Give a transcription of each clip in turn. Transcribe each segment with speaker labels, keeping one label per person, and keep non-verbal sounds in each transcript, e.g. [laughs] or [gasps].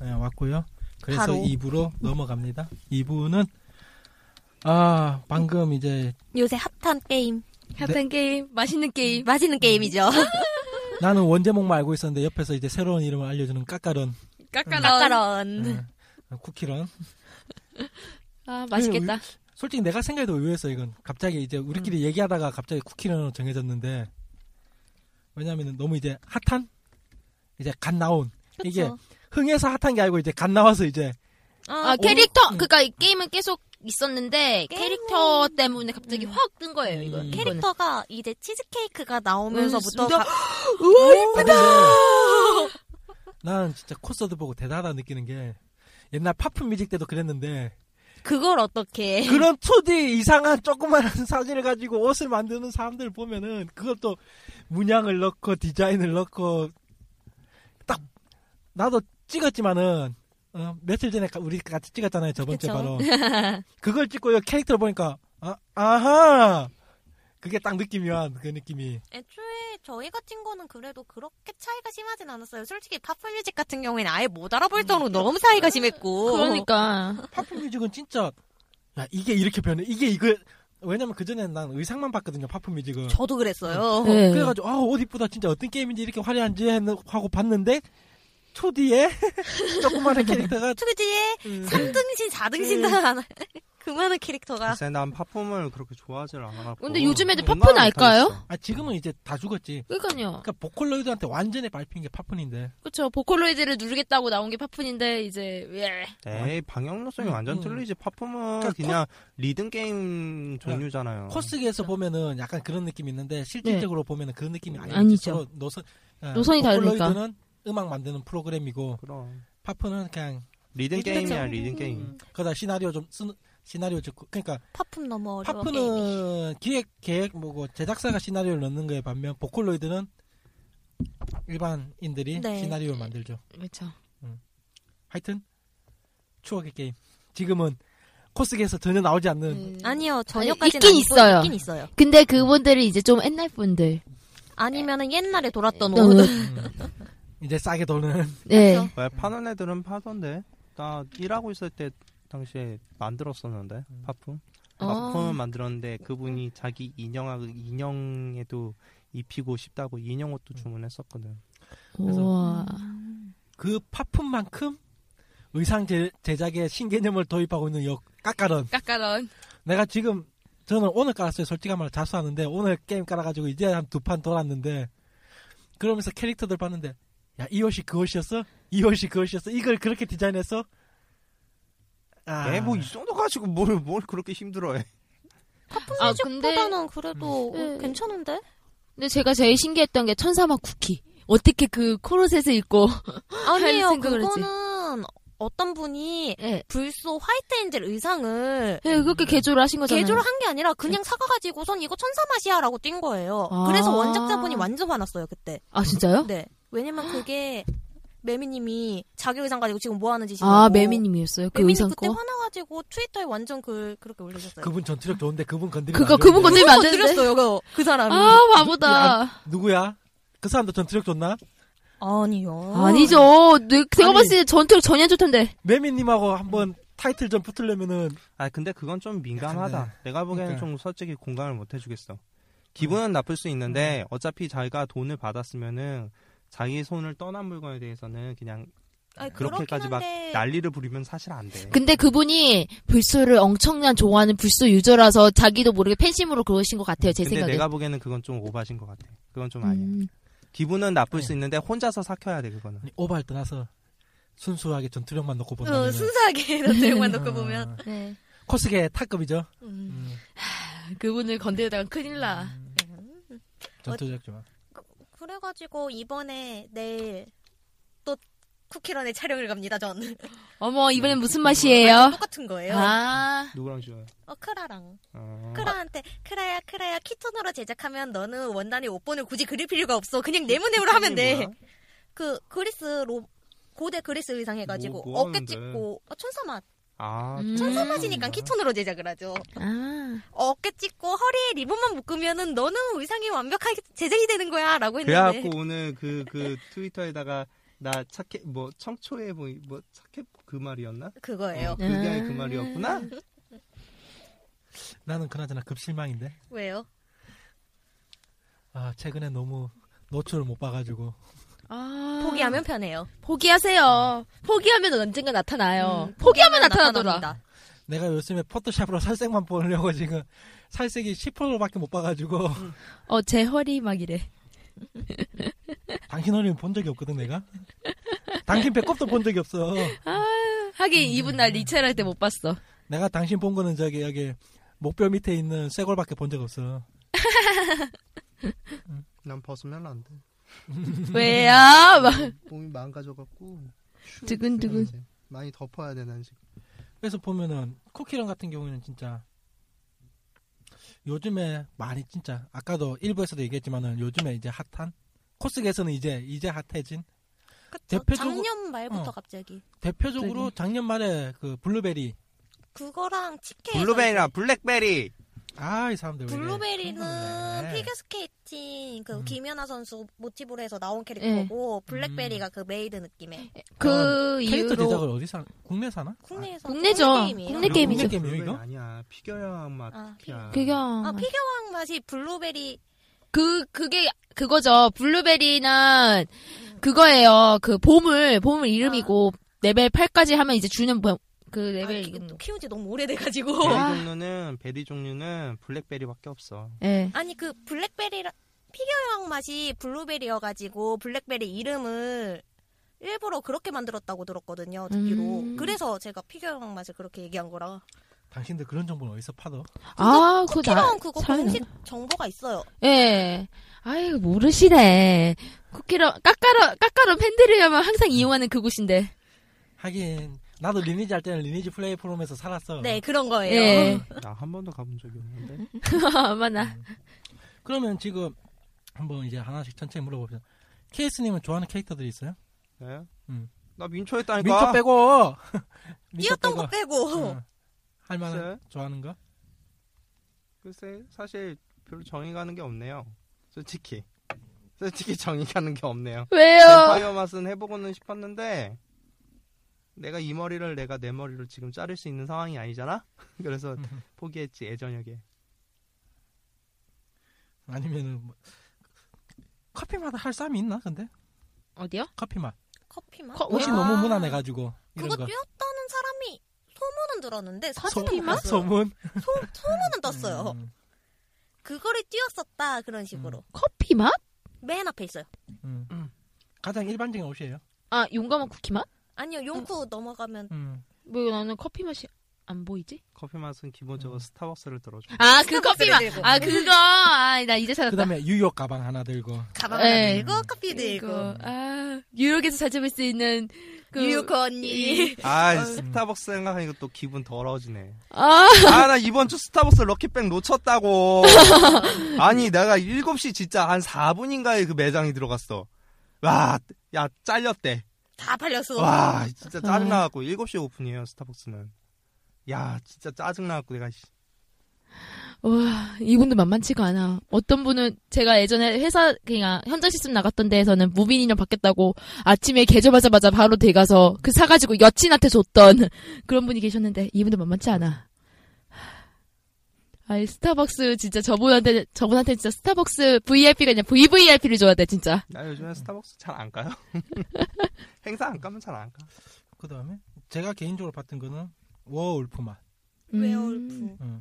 Speaker 1: 네, 왔고요. 그래서
Speaker 2: 바로.
Speaker 1: 2부로 넘어갑니다. 2부는 아, 방금 이제
Speaker 2: 요새 핫한 게임.
Speaker 3: 핫한 게임, 맛있는 게임.
Speaker 2: 맛있는 게임이죠.
Speaker 1: 나는 원제목만 알고 있었는데 옆에서 이제 새로운 이름을 알려주는 까까런
Speaker 3: 깎아라.
Speaker 2: 까까런.
Speaker 1: 네, 쿠키런
Speaker 3: 아, 맛있겠다.
Speaker 1: 솔직히 내가 생각해도 의외였어 이건 갑자기 이제 우리끼리
Speaker 2: 음.
Speaker 1: 얘기하다가 갑자기 쿠키런으로 정해졌는데 왜냐면은 너무 이제 핫한 이제 갓 나온 이게
Speaker 2: 그쵸.
Speaker 1: 흥에서 핫한 게 아니고 이제 갓 나와서 이제
Speaker 3: 아,
Speaker 2: 아,
Speaker 3: 캐릭터. 그러니까 이 게임은 계속 있었는데 캐릭터 때문에 갑자기
Speaker 2: 음.
Speaker 3: 확 뜬 거예요, 이거.
Speaker 1: 음.
Speaker 2: 캐릭터가 이제 치즈케이크가 나오면서부터
Speaker 3: 음,
Speaker 2: 가-
Speaker 3: [laughs]
Speaker 1: 예쁘다. 난 진짜 콘서트 보고 대단하다 느끼는 게 옛날 파프 뮤직 때도 그랬는데
Speaker 2: 그걸 어떻게
Speaker 1: 그런 2D 이상한 조그만한 [laughs] 사진을 가지고 옷을 만드는 사람들 보면은 그것도 문양을 넣고 디자인을 넣고 딱 나도 찍었지만은 어, 며칠 전에 가- 우리 같이 찍었잖아요 저번 주에
Speaker 2: 그쵸.
Speaker 1: 바로
Speaker 2: [laughs]
Speaker 1: 그걸 찍고 요 캐릭터를 보니까 아, 아하 그게 딱 느낌이 와그 느낌이
Speaker 2: 애초에 저희 같은 거는 그래도 그렇게 차이가 심하진 않았어요. 솔직히 파프뮤직 같은 경우에는 아예 못 알아볼 정도로 너무 차이가 심했고.
Speaker 3: 음, 그렇죠. 그러니까.
Speaker 1: 파프 뮤직은 진짜 야 이게 이렇게 변해 이게 이거 왜냐면 그 전에 난 의상만 봤거든요 파프 뮤직은
Speaker 2: 저도 그랬어요.
Speaker 3: 네.
Speaker 1: 그래가지고 아 옷 이쁘다 진짜 어떤 게임인지 이렇게 화려한지 했는- 하고 봤는데 초디에 [laughs] 조그마한 캐릭터가
Speaker 2: 특유지에
Speaker 3: 음.
Speaker 2: 3등신, 4등신 다 하나. [laughs] 그만한 캐릭터가.
Speaker 4: 글쎄 난 팝폼을 그렇게 좋아하질 않았고
Speaker 3: 근데 요즘에도
Speaker 4: 공감을
Speaker 3: 팝폰
Speaker 4: 못
Speaker 3: 알까요?
Speaker 4: 하겠어.
Speaker 1: 아 지금은 이제 다 죽었지
Speaker 3: 그러니까요.
Speaker 1: 그러니까 보컬로이드한테 완전히 밟힌 게 파푼인데
Speaker 3: 그렇죠. 보컬로이드를 누르겠다고 나온 게 파푼인데 이제 왜?
Speaker 4: 에이 방향로성이
Speaker 1: 음,
Speaker 4: 완전
Speaker 1: 음. 그러니까
Speaker 4: 틀리지
Speaker 1: 네.
Speaker 4: 팝폼은 그냥 리듬 게임 종류잖아요
Speaker 1: 코스기에서 보면은 약간 그런 느낌이 있는데 실질적으로 보면은 그런 느낌이 아니죠,
Speaker 3: 네. 아니죠.
Speaker 1: 서로 노선, 아,
Speaker 3: 노선이 다르니까.
Speaker 1: 보컬로이드는 음악 만드는 프로그램이고
Speaker 4: 그럼
Speaker 1: 파푼은 그냥
Speaker 4: 리듬
Speaker 1: 일단은-
Speaker 4: 게임이야 리듬 게임
Speaker 1: 그다 시나리오 좀 쓰는 시나리오 적고 그러니까
Speaker 2: 파푼 너무 어려워. 게임이.
Speaker 1: 파프는 기획 계획 뭐고 그 제작사가 시나리오를 넣는 거에 반면 보컬로이드는 일반인들이
Speaker 2: 네.
Speaker 1: 시나리오를 만들죠.
Speaker 3: 그렇죠.
Speaker 1: 하여튼 추억의 게임. 지금은 코스기에서 전혀 나오지
Speaker 3: 음.
Speaker 1: 않는
Speaker 2: 아니요,
Speaker 3: 아니,
Speaker 2: 저녁까지
Speaker 3: 있긴 있어요.
Speaker 2: 있긴 있어요.
Speaker 3: 근데 그분들이 이제 좀 옛날 분들. 네.
Speaker 2: 아니면은 옛날에 돌았던
Speaker 3: 어,
Speaker 2: 옷.
Speaker 1: 음, 이제 싸게 도는
Speaker 3: [laughs] 네.
Speaker 2: 그렇죠.
Speaker 4: 왜 파는 애들은 파던데 나 일하고 있을 때 당시에 만들었었는데 팝폼
Speaker 3: 어.
Speaker 4: 팝폼을 만들었는데 그분이 자기 인형하고 인형에도 입히고 싶다고 인형 옷도 주문했었거든
Speaker 1: 그래서-
Speaker 3: 우와.
Speaker 1: 그 파푼만큼 의상 제, 제작에 신개념을 도입하고 있는 역 까까런.
Speaker 3: 까까런.
Speaker 1: 내가 지금 저는 오늘 깔았어요. 솔직한 말로 자수하는데 오늘 게임 깔아가지고 이제 한 두 판 돌았는데 그러면서 캐릭터들 봤는데 야 이 옷이 그 옷이었어? 이 옷이 그 옷이었어? 이걸 그렇게 디자인했어? 아,
Speaker 4: 네, 에뭐 이 정도 가지고 뭘 뭘 그렇게 힘들어해
Speaker 3: 아
Speaker 2: 보다는 그래도
Speaker 3: 네.
Speaker 2: 괜찮은데?
Speaker 3: [laughs] 근데 제가 제일 신기했던 게 천사막 쿠키. 어떻게 그 코르셋을 입고.
Speaker 2: 아니요,
Speaker 3: 할 생각을 했지.
Speaker 2: 그거는 어떤 분이
Speaker 3: 예.
Speaker 2: 불소 화이트 엔젤 의상을
Speaker 3: 예, [laughs] 그렇게 개조를 하신 거잖아요.
Speaker 2: 개조를 한 게 아니라 그냥 사가가지고선 이거 천사 맛이야라고 뛴 거예요.
Speaker 3: 아.
Speaker 2: 그래서 원작자분이 완전 화났어요 그때.
Speaker 3: 아, 진짜요?
Speaker 2: 네. 왜냐면 그게 매미님이 자기 의상 가지고 지금 뭐 하는 짓이냐고.
Speaker 3: 아, 매미님이었어요. 그
Speaker 2: 매미님
Speaker 3: 의상
Speaker 2: 그때
Speaker 3: 거.
Speaker 2: 화나가지고 트위터에 완전 그 그렇게 올리셨어요.
Speaker 1: 그분 전투력 좋은데 그분 건드리면
Speaker 3: 그거
Speaker 1: 안
Speaker 3: 그분
Speaker 1: 되는데.
Speaker 3: 건드리면 안 되는데.
Speaker 2: 들었어요 그, 그 사람이.
Speaker 3: 아, 바보다.
Speaker 1: 누구야? 그 사람도 전투력 좋나?
Speaker 2: 아니요.
Speaker 3: 아니죠. 내- 제가
Speaker 1: 아니.
Speaker 3: 봤을 때 전투력 전혀 안 좋던데.
Speaker 1: 매미님하고 한번 타이틀 전 붙으려면은
Speaker 4: 아 근데 그건 좀 민감하다.
Speaker 1: 약간,
Speaker 4: 내가 보기에는
Speaker 1: 아, 그러니까요. 음.
Speaker 4: 좀 솔직히 공감을 못 해주겠어. 기분은 나쁠 수 있는데 어차피 자기가 돈을 받았으면은 자기 손을 떠난 물건에 대해서는 그냥
Speaker 2: 아니,
Speaker 4: 그렇게까지 막
Speaker 2: 한데
Speaker 4: 난리를 부리면 사실 안 돼.
Speaker 3: 근데 네. 그분이 불소를 엄청난 좋아하는 불소 유저라서 자기도 모르게 팬심으로 그러신 것 같아요. 제
Speaker 4: 근데
Speaker 3: 생각에.
Speaker 4: 내가 보기에는 그건 좀 오바신 것 같아. 그건 좀 아니야.
Speaker 3: 음.
Speaker 4: 기분은 나쁠 수
Speaker 1: 네.
Speaker 4: 있는데 혼자서 삭혀야 돼 그거는.
Speaker 1: 아니, 오버할 떠나서 순수하게 전투력만 놓고 본다면
Speaker 2: 어, 순수하게 [laughs] 이런 내용만 놓고
Speaker 4: 아.
Speaker 2: 보면.
Speaker 3: 네.
Speaker 1: 코스계 타급이죠.
Speaker 3: 어,
Speaker 2: 음.
Speaker 1: 음,
Speaker 3: 그분을 건드리다가 큰일 나.
Speaker 1: 전투력 좋아.
Speaker 2: 그래가지고 이번에 내일 또 쿠키런에 촬영을 갑니다 전.
Speaker 3: 어머 이번엔 무슨 맛이에요?
Speaker 2: 똑같은 거예요.
Speaker 3: 아
Speaker 4: 누구랑 쉬어요?
Speaker 2: 어 크라랑.
Speaker 4: 아,
Speaker 2: 크라한테 크라야 크라야 키톤으로 제작하면 너는 원단의 옷본을 굳이 그릴 필요가 없어. 그냥 네모네모로 하면 돼.
Speaker 4: 뭐야?
Speaker 2: 그 그리스 로 고대 그리스 의상 해가지고
Speaker 4: 뭐, 뭐
Speaker 2: 어깨
Speaker 4: 하는데?
Speaker 2: 찍고 어, 천사 맛.
Speaker 4: 아,
Speaker 3: 음.
Speaker 2: 천사
Speaker 3: 음.
Speaker 2: 맛이니까 키톤으로 제작을 하죠.
Speaker 3: 아.
Speaker 2: 어깨 찍고 허리에 리본만 묶으면은 너는 의상이 완벽하게 제작이 되는 거야라고
Speaker 3: 네,
Speaker 2: 했는데.
Speaker 4: 그래갖고 오늘 그 그 트위터에다가 나 착해 뭐 청초해 보이 뭐 착해 그 말이었나?
Speaker 2: [laughs] 그거예요.
Speaker 4: 어, 그게
Speaker 3: 음.
Speaker 4: 아니 그 말이었구나.
Speaker 1: 나는 그나저나 급실망인데.
Speaker 2: 왜요?
Speaker 1: 아 최근에 너무 노출을 못 봐가지고
Speaker 3: 아.
Speaker 2: 포기하면 편해요.
Speaker 3: 포기하세요. 포기하면 언젠가 나타나요.
Speaker 2: 음,
Speaker 3: 포기하면 나타나더라.
Speaker 2: 나타납니다.
Speaker 1: 내가 요즘에 포토샵으로 살색만 보려고 지금 살색이 10%밖에 못 봐가지고
Speaker 3: 어, 제 허리 막 이래.
Speaker 1: 당신 어린 본 적이 없거든 내가. 당신 배꼽도 본 적이 없어.
Speaker 3: [laughs] 하긴 이분 날 리체를 할 때
Speaker 1: [laughs]
Speaker 3: 못 봤어.
Speaker 1: 내가 당신 본 거는 저기 여기 목뼈 밑에 있는 쇄골밖에 본 적 없어.
Speaker 4: 난 벗으면 안
Speaker 3: [laughs]
Speaker 4: 돼.
Speaker 3: 왜요? 막.
Speaker 4: 몸이 망가져갖고. 추워
Speaker 3: 두근두근.
Speaker 4: 죽겠네, 이제. 많이 덮어야 돼 난 지금.
Speaker 1: 그래서 보면은 쿠키런 같은 경우에는 진짜 요즘에 많이 진짜 아까도 일부에서도 얘기했지만은 요즘에 이제 핫한 코스계에서는 이제 이제 핫해진 대표적으로-
Speaker 2: 작년 말부터
Speaker 1: 어.
Speaker 2: 갑자기
Speaker 1: 대표적으로 작년 말에 그 블루베리
Speaker 2: 그거랑 치킨
Speaker 4: 블루베리나 블랙베리.
Speaker 1: 아 이 사람들 왜 이래.
Speaker 2: 블루베리는
Speaker 1: 네.
Speaker 2: 그 피겨 스케이팅 그
Speaker 1: 음.
Speaker 2: 김연아 선수 모티브로 해서 나온
Speaker 3: 네.
Speaker 2: 캐릭터고 블랙베리가
Speaker 1: 음.
Speaker 2: 그 메이드 느낌의
Speaker 3: 그
Speaker 1: 캐릭터
Speaker 3: 이후로.
Speaker 1: 제작을 어디서 국내 사나?
Speaker 2: 국내에서
Speaker 3: 국내죠.
Speaker 2: 국내 게임이에요.
Speaker 3: 국내 게임이죠.
Speaker 1: 국내 게임이에요 이거?
Speaker 4: 아니야. 피겨야 맛.
Speaker 2: 아,
Speaker 4: 야
Speaker 3: 그게
Speaker 2: 아 피겨왕 맛이 블루베리
Speaker 3: 그 그게 그거죠. 블루베리는 그거예요. 그 보물 보물 이름이고 레벨 8까지 하면 이제 주는 보- 그
Speaker 2: 아,
Speaker 3: 레벨
Speaker 2: 키-
Speaker 3: 아. 이름.
Speaker 2: 또 키운 지 너무 오래돼가지고
Speaker 4: 베리
Speaker 3: 아.
Speaker 4: 종류는 베리 종류는 블랙베리밖에 없어.
Speaker 2: [laughs]
Speaker 3: 예.
Speaker 2: 아니 그 블랙베리 피겨왕 맛이 블루베리여가지고 블랙베리 이름을 일부러 그렇게 만들었다고 들었거든요 듣기로
Speaker 3: 음.
Speaker 2: 그래서 제가 피겨왕 맛을 그렇게 얘기한 거라
Speaker 1: 당신들 그런 정보는 어디서 파도?
Speaker 3: 아, 그거 나
Speaker 2: 쿠키랑 그거
Speaker 3: 사연이
Speaker 2: 공식 정보가 있어요
Speaker 3: 예. 아유, 모르시네. 쿠키로 까까로 까까로 팬들이라면 항상 이용하는 그곳인데.
Speaker 1: 하긴 나도 리니지 할 때는 리니지 플레이 포럼에서 살았어.
Speaker 2: 네 그런 거예요
Speaker 3: 예. [laughs]
Speaker 4: 나 한 번도 가본 적이 없는데.
Speaker 3: 아마나.
Speaker 1: 그러면 지금 한번 이제 하나씩 천천히 물어봅시다. 케이스님은 좋아하는 캐릭터들이 있어요?
Speaker 4: 네?
Speaker 1: 음.
Speaker 4: 나 민초했다니까.
Speaker 1: 민초 빼고 [laughs] 민초
Speaker 2: 뛰었던 거 빼고
Speaker 1: 응. 할 만한
Speaker 4: 글쎄.
Speaker 1: 좋아하는 거?
Speaker 4: 네? 글쎄 사실 별로 정이 가는 게 없네요. 솔직히. 솔직히 정이 가는 게 없네요.
Speaker 3: 왜요?
Speaker 4: 뱀파이어 맛은 해보고는 싶었는데 내가 이 머리를 내가 내 머리를 지금 자를 수 있는 상황이 아니잖아. [laughs] 그래서 포기했지 예전역에.
Speaker 1: 아니면은 뭐... 커피마다 할 사람이 있나 근데?
Speaker 3: 어디요?
Speaker 1: 커피맛
Speaker 2: [laughs] 커피 맛
Speaker 3: 커-
Speaker 1: 옷이
Speaker 3: 아.
Speaker 1: 너무 무난해가지고 이런
Speaker 2: 그거
Speaker 1: 거.
Speaker 2: 뛰었다는 사람이 소문은 들었는데
Speaker 1: 소-
Speaker 2: 사진은 못 봤어요.
Speaker 1: 소문?
Speaker 2: 소, 소문은 떴어요.
Speaker 1: 음,
Speaker 2: 그거를 뛰었었다 그런 식으로
Speaker 3: 커피 맛?
Speaker 2: 맨 앞에 있어요.
Speaker 1: 음. 가장 일반적인 옷이에요
Speaker 3: 아, 용감한 쿠키 맛?
Speaker 2: 아니요 용쿠 넘어가면
Speaker 1: 음.
Speaker 3: 왜 뭐, 나는 커피 맛이 안 보이지?
Speaker 4: 커피 맛은 기본적으로 스타벅스를 들어줘.
Speaker 3: 아, 그 커피 맛.
Speaker 2: 들고.
Speaker 3: 아, 그거. 아, 나 이제
Speaker 1: 그
Speaker 3: 찾았다.
Speaker 1: 다음에 뉴욕 가방 하나 들고
Speaker 2: 가방 하나
Speaker 1: 네.
Speaker 3: 에이.
Speaker 2: 들고 커피 들고
Speaker 3: 네, 이거, 아, 뉴욕에서 찾아볼 수 있는 그
Speaker 2: 뉴욕 언니
Speaker 4: 아 스타벅스 생각하니까 또 기분 더러워지네.
Speaker 3: 아,
Speaker 4: 아 나 이번 주 스타벅스 럭키백 [laughs] 놓쳤다고. 아니 내가 7시 진짜 한 4분인가에 그 매장에 들어갔어. 와 야 잘렸대.
Speaker 2: 다 팔렸어.
Speaker 4: 와 진짜 짜증나갖고 7시 오픈이에요 스타벅스는. 야 진짜 짜증나갖고 내가 씨.
Speaker 3: 와, 이분도 만만치가 않아. 어떤 분은 제가 예전에 회사 그냥 현장 시스템 나갔던 데에서는 무빈이랑 바뀌었다고 아침에 개조하자마자 바로 돼 가서 그 사가지고 여친한테 줬던 [laughs] 그런 분이 계셨는데 이분도 만만치 않아. 아이 스타벅스 진짜 저분한테 저분한테 진짜 스타벅스 VIP가 아니라 VVIP를 줘야 돼 진짜.
Speaker 4: 나 요즘에 스타벅스 잘
Speaker 3: [laughs]
Speaker 4: 안 가요. 행사 안 가면 잘 안 가.
Speaker 1: 그 다음에 제가 개인적으로 봤던 거는 워울프 맛
Speaker 2: 왜
Speaker 3: 음,
Speaker 2: 얼프?
Speaker 1: 음.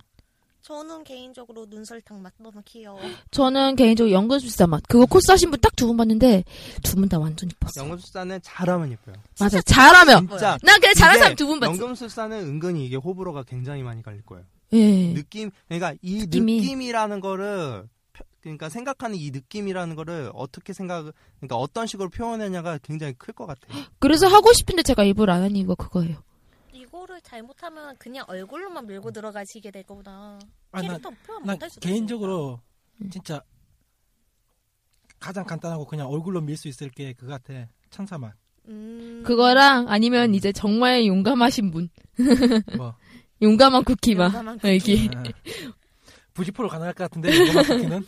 Speaker 2: 저는 개인적으로 눈설탕 맛 너무
Speaker 1: [gasps]
Speaker 2: 귀여워.
Speaker 3: 저는 개인적으로 연근술사 맛 그거 코스 하신 분 딱 두 분 봤는데 두 분 다 완전 이뻤어.
Speaker 4: 연금술사는 잘하면 예뻐요.
Speaker 3: 맞아 잘하면
Speaker 4: 진짜.
Speaker 3: 난 그냥 잘하는
Speaker 4: 이게
Speaker 3: 사람 두 분 봤어.
Speaker 4: 연금술사는 은근히 이게 호불호가 굉장히 많이 갈릴 거예요.
Speaker 3: 예.
Speaker 4: 느낌, 그러니까 이
Speaker 3: 느낌이.
Speaker 4: 느낌이. 라는 거를 펴- 그러니까 생각하는 이 느낌이라는 거를 어떻게 생각, 그러니까 어떤 식으로 표현하냐가 굉장히 클 것
Speaker 3: [gasps]
Speaker 4: 같아요.
Speaker 3: 그래서 하고 싶은데 제가 입을 안 한 이유가 그거예요.
Speaker 2: 이거를 잘못하면 그냥 얼굴로만 밀고 들어가시게 될 거구나.
Speaker 1: 음. 아, 나,
Speaker 2: 캐릭터 표현
Speaker 1: 난
Speaker 2: 못할 수도
Speaker 1: 개인적으로
Speaker 3: 음.
Speaker 1: 진짜 가장 간단하고 그냥 얼굴로 밀 수 있을 게 그거 같아. 천사만.
Speaker 2: 있으니까. 음.
Speaker 3: 그거랑 아니면 이제 정말 용감하신 분.
Speaker 1: 뭐.
Speaker 3: 용감한 쿠키마. [laughs]
Speaker 2: 용감한
Speaker 3: 여기.
Speaker 1: 아. 부지포로 가능할 것 같은데 이거만 듣기는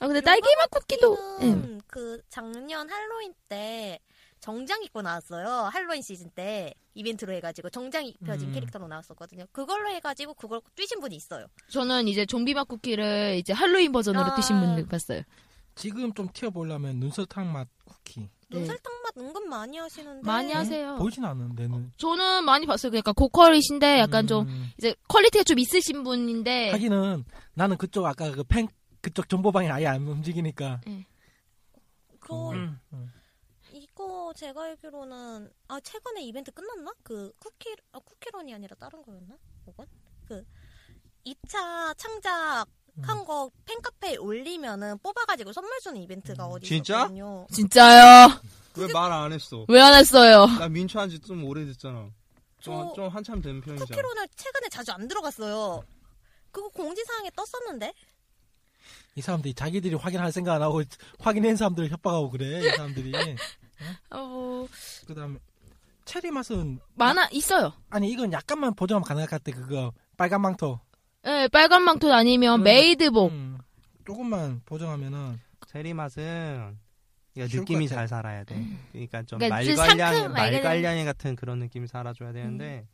Speaker 3: 아 근데 딸기맛 쿠키도 예.
Speaker 2: 저는 그 작년 할로윈 때 정장 입고 나왔어요. 할로윈 시즌 때 이벤트로 해가지고 정장 입혀진
Speaker 1: 음.
Speaker 2: 캐릭터로 나왔었거든요. 그걸로 해가지고 그걸 뛰신 분이 있어요.
Speaker 3: 저는 이제 좀비맛 쿠키를 이제 할로윈 버전으로
Speaker 2: 아.
Speaker 3: 드신 분들 봤어요.
Speaker 1: 지금 좀 튀어보려면 눈설탕 맛 쿠키
Speaker 3: 네.
Speaker 2: 눈설탕 맛 은근 많이 하시는데
Speaker 3: 많이 하세요.
Speaker 1: 보이진 않는데는
Speaker 3: 저는 많이 봤어요. 그러니까 고퀄이신데 약간
Speaker 1: 음.
Speaker 3: 좀 네. 이제 퀄리티가 좀 있으신
Speaker 1: 아,
Speaker 3: 분인데
Speaker 1: 하기는 나는 그쪽 아까 그 팬 그쪽 정보방이 아예 안 움직이니까
Speaker 2: 그거
Speaker 1: 음, 음.
Speaker 2: 이거 제가 알기로는 아 최근에 이벤트 끝났나? 그 쿠키 아, 쿠키런이 아니라 다른 거였나? 그건 그 2차 창작
Speaker 3: 음.
Speaker 2: 한 거 팬카페에 올리면은 뽑아가지고 선물 주는 이벤트가
Speaker 3: 음.
Speaker 2: 어디
Speaker 4: 진짜?
Speaker 2: 있었거든요.
Speaker 3: 진짜요.
Speaker 4: 왜 말 안 했어?
Speaker 3: 왜 안 했어요?
Speaker 4: 나 민초한 지 좀 오래됐잖아.
Speaker 2: 저-
Speaker 4: 좀 한참 된 편이잖아.
Speaker 2: 쿠키런을 최근에 자주 안 들어갔어요. 그거 공지사항에 떴었는데
Speaker 1: 이 사람들이 자기들이 확인할 생각 안 하고 확인한 사람들을 협박하고 그래 이
Speaker 2: [laughs]
Speaker 1: 사람들이 그다음에 체리 맛은
Speaker 3: 많아 있어요.
Speaker 1: 아니 이건 약간만 보정하면 가능할 것 같아 그거 빨간 망토
Speaker 3: 예, 빨간 망토 아니면
Speaker 1: 음.
Speaker 2: 어.
Speaker 3: 메이드복.
Speaker 1: 음, 조금만 보정하면은
Speaker 4: 체리 맛은 그러니까
Speaker 1: 쉬울
Speaker 4: 느낌이
Speaker 1: 것
Speaker 4: 잘
Speaker 1: 같아.
Speaker 4: 살아야 돼. 그러니까 좀
Speaker 3: 그러니까 좀
Speaker 4: 말괄량
Speaker 3: 상큼, 말괄량.
Speaker 4: 말괄량이 같은 그런 느낌이 살아줘야 되는데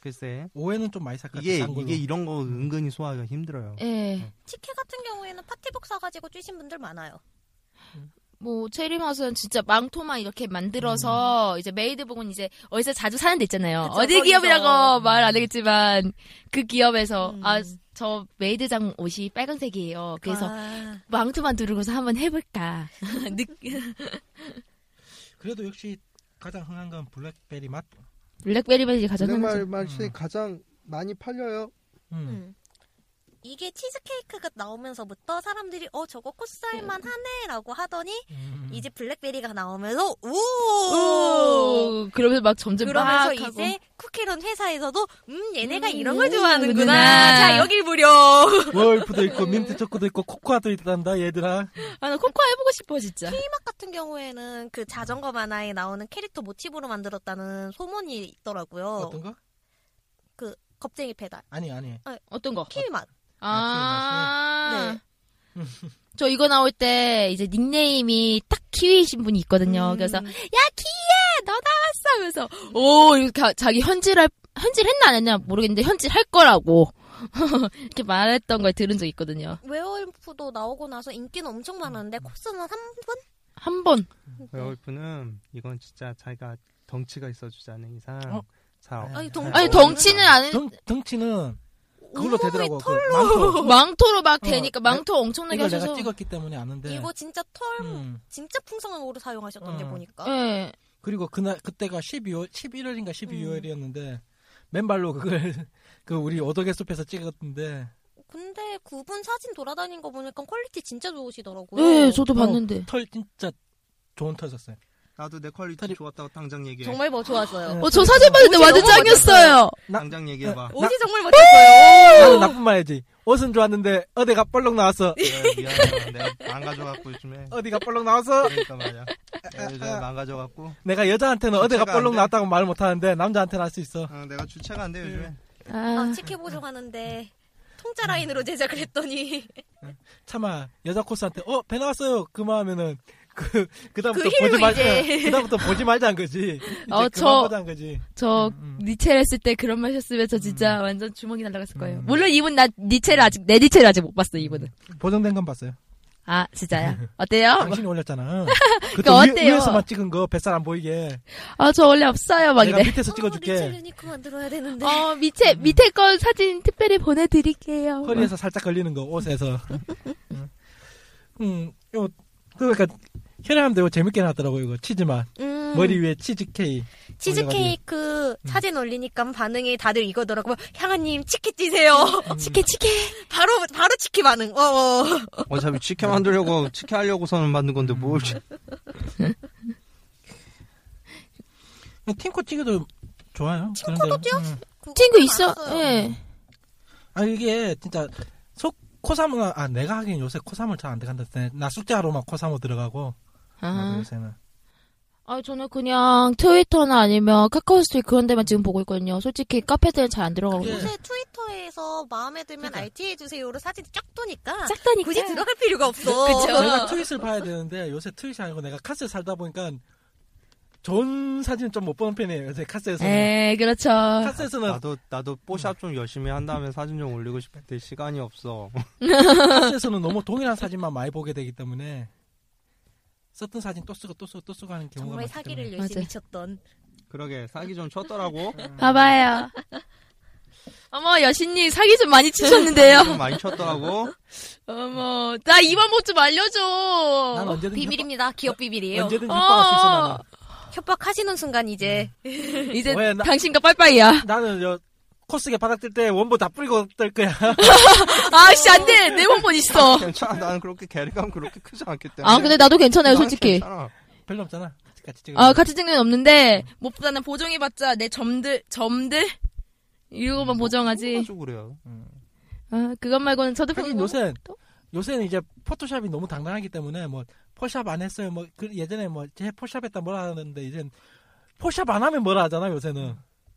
Speaker 4: 글쎄
Speaker 1: 오해는 좀 많이 살 것 같아
Speaker 4: 이게
Speaker 1: 싼 걸로.
Speaker 4: 이게 이런 거 은근히 소화하기 힘들어요.
Speaker 3: 예.
Speaker 2: 치킨 같은 경우에는 파티복 사가지고 뛰신 분들 많아요.
Speaker 3: 뭐 체리 맛은 진짜 망토만 이렇게 만들어서 이제 메이드복은 이제 어디서 자주 사는 데 있잖아요.
Speaker 2: 음. 그쵸,
Speaker 3: 어디
Speaker 2: 거기서.
Speaker 3: 기업이라고 말 안 하겠지만 그 기업에서
Speaker 2: 음.
Speaker 3: 아 저 메이드장 옷이 빨간색이에요. 그래서
Speaker 2: 아,
Speaker 3: 망토만 두르고서
Speaker 2: [laughs]
Speaker 3: 한번 해볼까. 느-
Speaker 1: 그래도 역시 가장 흥한 건 블랙베리 맛
Speaker 3: [laughs] 블랙베리 맛이 가장 흔하죠.
Speaker 1: 맛이
Speaker 4: 가장 많이 팔려요.
Speaker 1: 음.
Speaker 2: 음. 이게 치즈케이크가 나오면서부터 사람들이 어 저거 코스살만 하네라고 하더니
Speaker 1: 음.
Speaker 2: 이제 블랙베리가 나오면서 우!
Speaker 3: 오, 그러면서 막 점점
Speaker 2: 그러면서
Speaker 3: 막 하고.
Speaker 2: 이제 쿠키런 회사에서 음 얘네가
Speaker 3: 음,
Speaker 2: 이런 걸
Speaker 3: 그러구나.
Speaker 2: 좋아하는구나. 자 여길 무려.
Speaker 1: [laughs] 월프도 있고 민트 초코도 있고 코코아도 있단다 얘들아
Speaker 3: 아, 나 코코아 해보고 싶어 진짜.
Speaker 2: 피막 같은 경우에는 그 자전거 만화에 나오는 캐릭터 모티브로 만들었다는 소문이 있더라고요.
Speaker 1: 어떤 거?
Speaker 2: 그 겁쟁이 페달.
Speaker 1: 아니
Speaker 2: 네.
Speaker 1: 아니
Speaker 3: 어떤 거?
Speaker 2: 키위 맛.
Speaker 3: 아,
Speaker 2: 네.
Speaker 3: 저 이거 나올 때 이제 닉네임이 딱 키위이신 분이
Speaker 2: 음.
Speaker 3: 있거든요. 그래서 야 키위야 너 나왔어 하면서 오 이렇게 가- 자기 현질할 현질했나 안 했나 모르겠는데 현질할 거라고 [laughs] 이렇게 말했던 걸 들은 적 있거든요.
Speaker 2: 웨어울프도 나오고 나서 인기는 엄청 많았는데 코스는 한 분?
Speaker 3: 한 번.
Speaker 1: 음.
Speaker 2: 네.
Speaker 4: 월프는 이건 진짜 자기가 덩치가 있어주지 않는 이상
Speaker 1: 어?
Speaker 4: 잘 어-
Speaker 2: 아니, 덩-
Speaker 3: 아니 덩치는 안 했.
Speaker 1: 덩, 덩치는 그걸로
Speaker 2: 온몸이
Speaker 1: 되더라고 그
Speaker 2: 털로.
Speaker 1: 망토
Speaker 2: [laughs]
Speaker 3: 망토로 막
Speaker 1: 어,
Speaker 3: 대니까
Speaker 1: 내-
Speaker 3: 망토 엄청나게
Speaker 1: 이걸 내가
Speaker 3: 하셔서.
Speaker 1: 찍었기 때문에 아는데
Speaker 2: 이거 진짜 털
Speaker 1: 음.
Speaker 2: 진짜 풍성한 오로 사용하셨던데
Speaker 1: 음.
Speaker 2: 보니까.
Speaker 3: 예.
Speaker 1: 그리고 그날 그때가 12월 11월인가 12월이었는데 맨발로 그걸 [laughs] 그 우리 오덕의 숲에서 찍었는데
Speaker 2: 근데 그분 사진 돌아다닌 거 보니까 퀄리티 진짜 좋으시더라고요.
Speaker 3: 예,
Speaker 1: 어.
Speaker 3: 저도 봤는데.
Speaker 1: 털 진짜 좋은 털이었어요
Speaker 4: 나도 내 퀄리티
Speaker 1: 다리-
Speaker 4: 좋았다고 당장 얘기해.
Speaker 2: 정말 뭐
Speaker 1: 네.
Speaker 2: 좋았어요.
Speaker 3: 어, 저 사진 봤는데
Speaker 2: 옷이
Speaker 3: 완전
Speaker 2: 너무
Speaker 3: 짱이었어요.
Speaker 1: 나-
Speaker 4: 당장 얘기해봐.
Speaker 2: 옷이 정말 멋졌어요.
Speaker 1: 나는 나뿐만 해야지 옷은 좋았는데 어디가 뻘록 나왔어
Speaker 4: 그래, 미안해. 내가 망가져갖고 요즘에
Speaker 1: 어디가 뻘록 나왔어
Speaker 4: 그러니까 말이야. 내가 요즘에 망가져갖고
Speaker 1: 내가 여자한테는 어디가
Speaker 4: 주체가 안
Speaker 1: 뻘록
Speaker 4: 돼.
Speaker 1: 나왔다고 말 못하는데 남자한테는 할 수 있어
Speaker 4: 어, 내가 주체가 안 돼 요즘에.
Speaker 3: 아,
Speaker 1: 어. 음,
Speaker 2: 아, 치킨 보정하는데 통짜 라인으로 제작을 했더니
Speaker 1: 차마 여자 코스한테 어 배 나왔어요 그만 하면은 그
Speaker 2: 그
Speaker 1: 그다음부터
Speaker 2: 힘으로
Speaker 1: 보지 말
Speaker 2: 이제.
Speaker 1: 그다음부터 보지 말자는 거지 이제
Speaker 3: 어,
Speaker 1: 그만
Speaker 3: 저-
Speaker 1: 보자는 거지
Speaker 3: 저
Speaker 1: 음, 음.
Speaker 3: 니체를 했을 때 그런 말 했으면 저 진짜 완전 주먹이 날라갔을 거예요.
Speaker 1: 음.
Speaker 3: 물론 이분 나 니체를 아직 내 니체를 아직 못 봤어 이분은.
Speaker 1: 보정된 건 봤어요
Speaker 3: 아 진짜요?
Speaker 1: [laughs]
Speaker 3: 어때요?
Speaker 1: 당신이 올렸잖아
Speaker 3: [laughs] 그거
Speaker 1: 그때
Speaker 3: 어때요?
Speaker 1: 위, 위에서만 찍은 거 뱃살 안 보이게
Speaker 3: 아 네. 저 원래 없어요 막
Speaker 1: 내가
Speaker 3: 이래.
Speaker 1: 밑에서 찍어줄게
Speaker 2: 리체르니크 만들어야 되는데.
Speaker 3: 어 밑에 밑에 거 사진 특별히 보내드릴게요.
Speaker 1: 허리에서 살짝 걸리는 거 옷에서 음요 그러니까 혈액암 되고 재밌게 나왔더라고 이거 치즈만
Speaker 2: 음.
Speaker 3: 음.
Speaker 1: 머리 위에 치즈케이.
Speaker 2: 치즈케이크 사진 올리니까 반응이 다들 이거더라고. 향아님 치킨 찌세요. 음. 치킨 치킨. 바로 바로 치킨 반응. 어, 어.
Speaker 4: 어차피 치킨 만들려고 치킨 하려고서는 만든 건데 뭘
Speaker 1: 팅코 튀기도 좋아요. 팅코도
Speaker 2: 튀겨?
Speaker 3: 친구 있어.
Speaker 2: 알았어요.
Speaker 3: 예.
Speaker 1: 아 이게 진짜 속 코사무가 아 내가 하기엔 요새 코사무 잘안 들어간다. 했더니 나 숙제하러만 코사무 들어가고 나도
Speaker 3: 아.
Speaker 1: 요새는
Speaker 3: 아, 저는 그냥 트위터나 아니면 카카오스톡 그런 데만 지금 보고 있거든요. 솔직히 카페들은 잘 안 들어가고.
Speaker 1: 예.
Speaker 2: 요새 트위터에서 마음에 들면 RT 해주세요로 사진이 쫙 도니까
Speaker 3: 짝다니까.
Speaker 2: 굳이 들어갈 필요가 없어.
Speaker 1: 내가 트윗을 봐야 되는데 요새 트윗이 아니고 내가 카스 살다 보니까 좋은 사진은 좀 못 보는 편이에요. 요새
Speaker 2: 네.
Speaker 1: 카스에서는
Speaker 3: 예, 그렇죠.
Speaker 1: 카스에서는
Speaker 4: 나도 나도 뽀샵 좀 열심히 한 다음에 사진 좀 올리고 싶은데 시간이 없어. [laughs]
Speaker 1: 카스에서는 너무 동일한 사진만 많이 보게 되기 때문에 썼던 사진 또 쓰고 또 쓰고 또 쓰고 하는 경우가
Speaker 2: 정말
Speaker 1: 많기 때문에.
Speaker 2: 사기를 열심히
Speaker 3: 맞아요.
Speaker 2: 쳤던.
Speaker 4: 그러게 사기 좀 쳤더라고.
Speaker 3: 봐봐요. 어머, 여신님 사기 좀 많이
Speaker 1: [laughs]
Speaker 3: 치셨는데요.
Speaker 4: 좀 많이 쳤더라고.
Speaker 3: 어머, 나 이번 법 좀 알려줘.
Speaker 1: 난
Speaker 2: 어,
Speaker 1: 언제든
Speaker 2: 비밀입니다. 기업 비밀이에요.
Speaker 1: 언제든
Speaker 3: 어.
Speaker 1: 협박할 수 있어 나는.
Speaker 2: 협박하시는 순간 이제
Speaker 3: 이제
Speaker 1: 왜 나-
Speaker 3: 당신과 빨빨이야.
Speaker 1: 나는 저 코스게 바닥 뜰 때 원본 다 뿌리고 뜰 거야. [laughs]
Speaker 3: 아씨, 안 돼. 내 몸만 있어.
Speaker 4: 괜찮아. 나는 그렇게 괴리감 그렇게 크지 않기 때문에.
Speaker 3: 아, 근데 나도 괜찮아요,
Speaker 4: 나는
Speaker 3: 솔직히.
Speaker 4: 괜찮아.
Speaker 1: 별로 없잖아. 같이 찍어.
Speaker 3: 아, 같이 증명은 없는데, 무엇보다는 보정해봤자 내 점들, 점들? 이거만 보정하지.
Speaker 4: 그래가지고 그래요.
Speaker 3: 아, 그것 말고는 저도
Speaker 1: 하긴 요새 요새는 이제 포토샵이 너무 당당하기 때문에 뭐 포샵 안 했어요. 뭐 그 예전에 뭐제 포샵 했다 뭐라 하는데 이젠 포샵 안 하면 뭐라 하잖아 요새는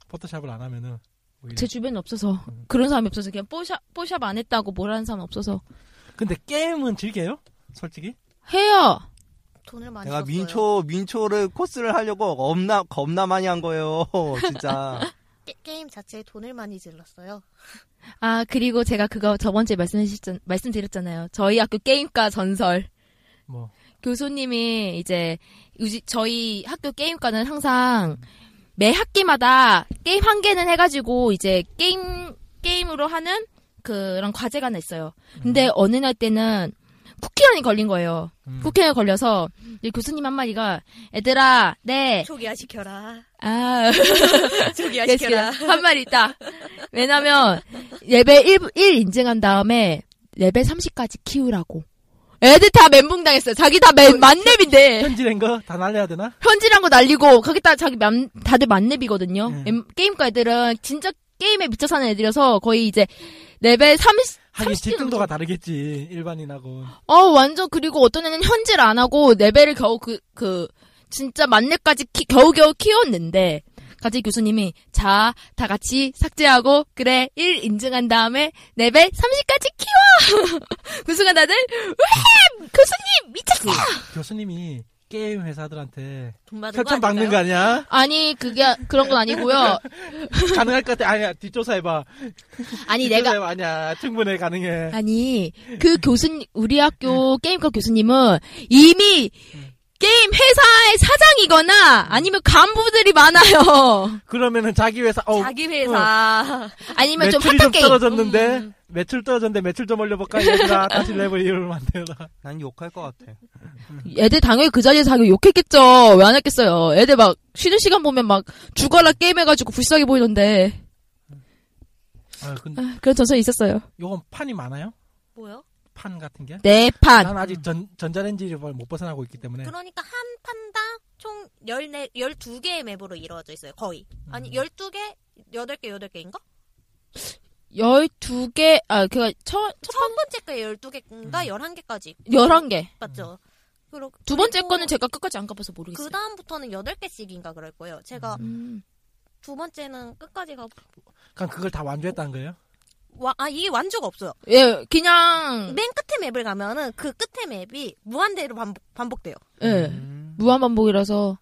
Speaker 1: 포토샵을 안 하면은 오히려.
Speaker 3: 제 주변에 없어서 그런 사람이 없어서 그냥 뽀샵 뽀샵 안 했다고 뭐라는 사람 없어서
Speaker 1: 근데 게임은 즐겨요? 솔직히
Speaker 3: 해요.
Speaker 2: 돈을 많이
Speaker 4: 내가
Speaker 2: 썼어요.
Speaker 4: 민초 민초를 코스를 하려고 겁나 겁나 많이 한 거예요. [laughs] 진짜.
Speaker 2: 게, 게임 자체에 돈을 많이 질렀어요.
Speaker 3: 아 그리고 제가 그거 저번 주에 말씀하셨 말씀드렸잖아요. 저희 학교 게임과 전설
Speaker 1: 뭐
Speaker 3: 교수님이 이제 유지- 저희 학교 게임과는 항상 매 학기마다 게임 한 개는 해가지고 이제 게임 게임으로 하는 그런 과제가 하나 있어요. 근데 어느 날 때는 쿠키런이 걸린 거예요.
Speaker 1: 음.
Speaker 3: 쿠키런이 걸려서 이 교수님 한마디가 얘들아 네
Speaker 2: 초기화 [laughs] 시켜라.
Speaker 3: 아, [laughs]
Speaker 2: 초기화
Speaker 3: 알겠습니다.
Speaker 2: 시켜라.
Speaker 3: 한 말이 있다. 왜냐면, 레벨 1, 1 인증한 다음에, 레벨 30까지 키우라고. 애들 다 멘붕 당했어요. 자기 다 맨, 만렙인데.
Speaker 1: 현질한 거다 날려야 되나?
Speaker 3: 현질한 거 날리고, 거기다 자기 만, 다들 만렙이거든요.
Speaker 1: 네.
Speaker 3: 엠- 게임과 애들은 진짜 게임에 미쳐 사는 애들이어서 거의 이제, 레벨 30,
Speaker 1: 하긴
Speaker 3: 30
Speaker 1: 집중도가 다르겠지 일반인하고
Speaker 3: 어, 완전, 그리고 어떤 애는 현질 안 하고, 레벨을 겨우 그, 그, 진짜 만렙까지 키- 겨우겨우 키웠는데, 같이 교수님이, 자, 다 같이 삭제하고, 그래, 1 인증한 다음에, 레벨 30까지 키워! [laughs] 그 순간 다들, 왜! 교수님! 미쳤어!
Speaker 1: 교수님이 게임 회사들한테
Speaker 2: 돈 받은 거
Speaker 1: 협찬 받는 거
Speaker 2: 아닌가요?
Speaker 1: 아니야?
Speaker 3: 아니, 그게, 그런 건 아니고요.
Speaker 1: 가능할 것 같아. 아니야 뒷조사해봐.
Speaker 3: 아니, 내가,
Speaker 1: 뒷조사해봐. 아니야 충분해 가능해.
Speaker 3: 아니, 그 교수님, 우리 학교 게임과 교수님은 이미, 게임 회사의 사장이거나, 아니면 간부들이 많아요. [laughs]
Speaker 1: 그러면은 자기 회사 어
Speaker 2: 자기 [laughs]
Speaker 3: 네,
Speaker 2: 회사.
Speaker 3: 아니면 좀
Speaker 1: 매출이 좀
Speaker 3: 핫한 게임.
Speaker 1: 떨어졌는데
Speaker 2: 음.
Speaker 1: 매출 떨어졌는데 매출 좀 올려볼까
Speaker 2: [laughs]
Speaker 1: 얘들아 다시 레벨 2를 만들어라
Speaker 4: 난 욕할 것 같아.
Speaker 3: 애들 당연히 그 자리에서 하기 욕했겠죠. 왜 안 했겠어요. 애들 막 쉬는 시간 보면 막 죽어라 게임해가지고 불쌍해 보이던데.
Speaker 1: 아 근데
Speaker 3: 아, 그런 전설이 있었어요.
Speaker 1: 요건 판이 많아요?
Speaker 2: 뭐요?
Speaker 1: 판 같은 게?
Speaker 3: 네 판.
Speaker 1: 난 아직 전, 전자레인지를 못 벗어나고 있기 때문에
Speaker 2: 그러니까 한 판당 총 14, 12개의 맵으로 이루어져 있어요. 거의.
Speaker 1: 음.
Speaker 2: 아니, 12개, 8개, 8개인가?
Speaker 3: 12개, 아, 그, 첫, 첫,
Speaker 2: 첫 번째 거
Speaker 1: 음.
Speaker 2: 12개인가 11개까지
Speaker 3: 11개.
Speaker 2: 맞죠? 그리고
Speaker 3: 두 번째 거는 제가 끝까지 안 가봐서 모르겠어요.
Speaker 2: 그 다음부터는 8개씩인가 그럴 거예요. 제가
Speaker 3: 음.
Speaker 2: 두 번째는 끝까지 가
Speaker 1: 그냥 그걸 다 완주했다는 거예요?
Speaker 2: 와, 아, 이게 완주가 없어요.
Speaker 3: 예,
Speaker 1: 음.
Speaker 3: 그냥,
Speaker 2: 맨 끝에 맵을 가면은 그 끝에 맵이 무한대로 반복, 반복돼요.
Speaker 3: 예,
Speaker 4: 음.
Speaker 3: 무한반복이라서.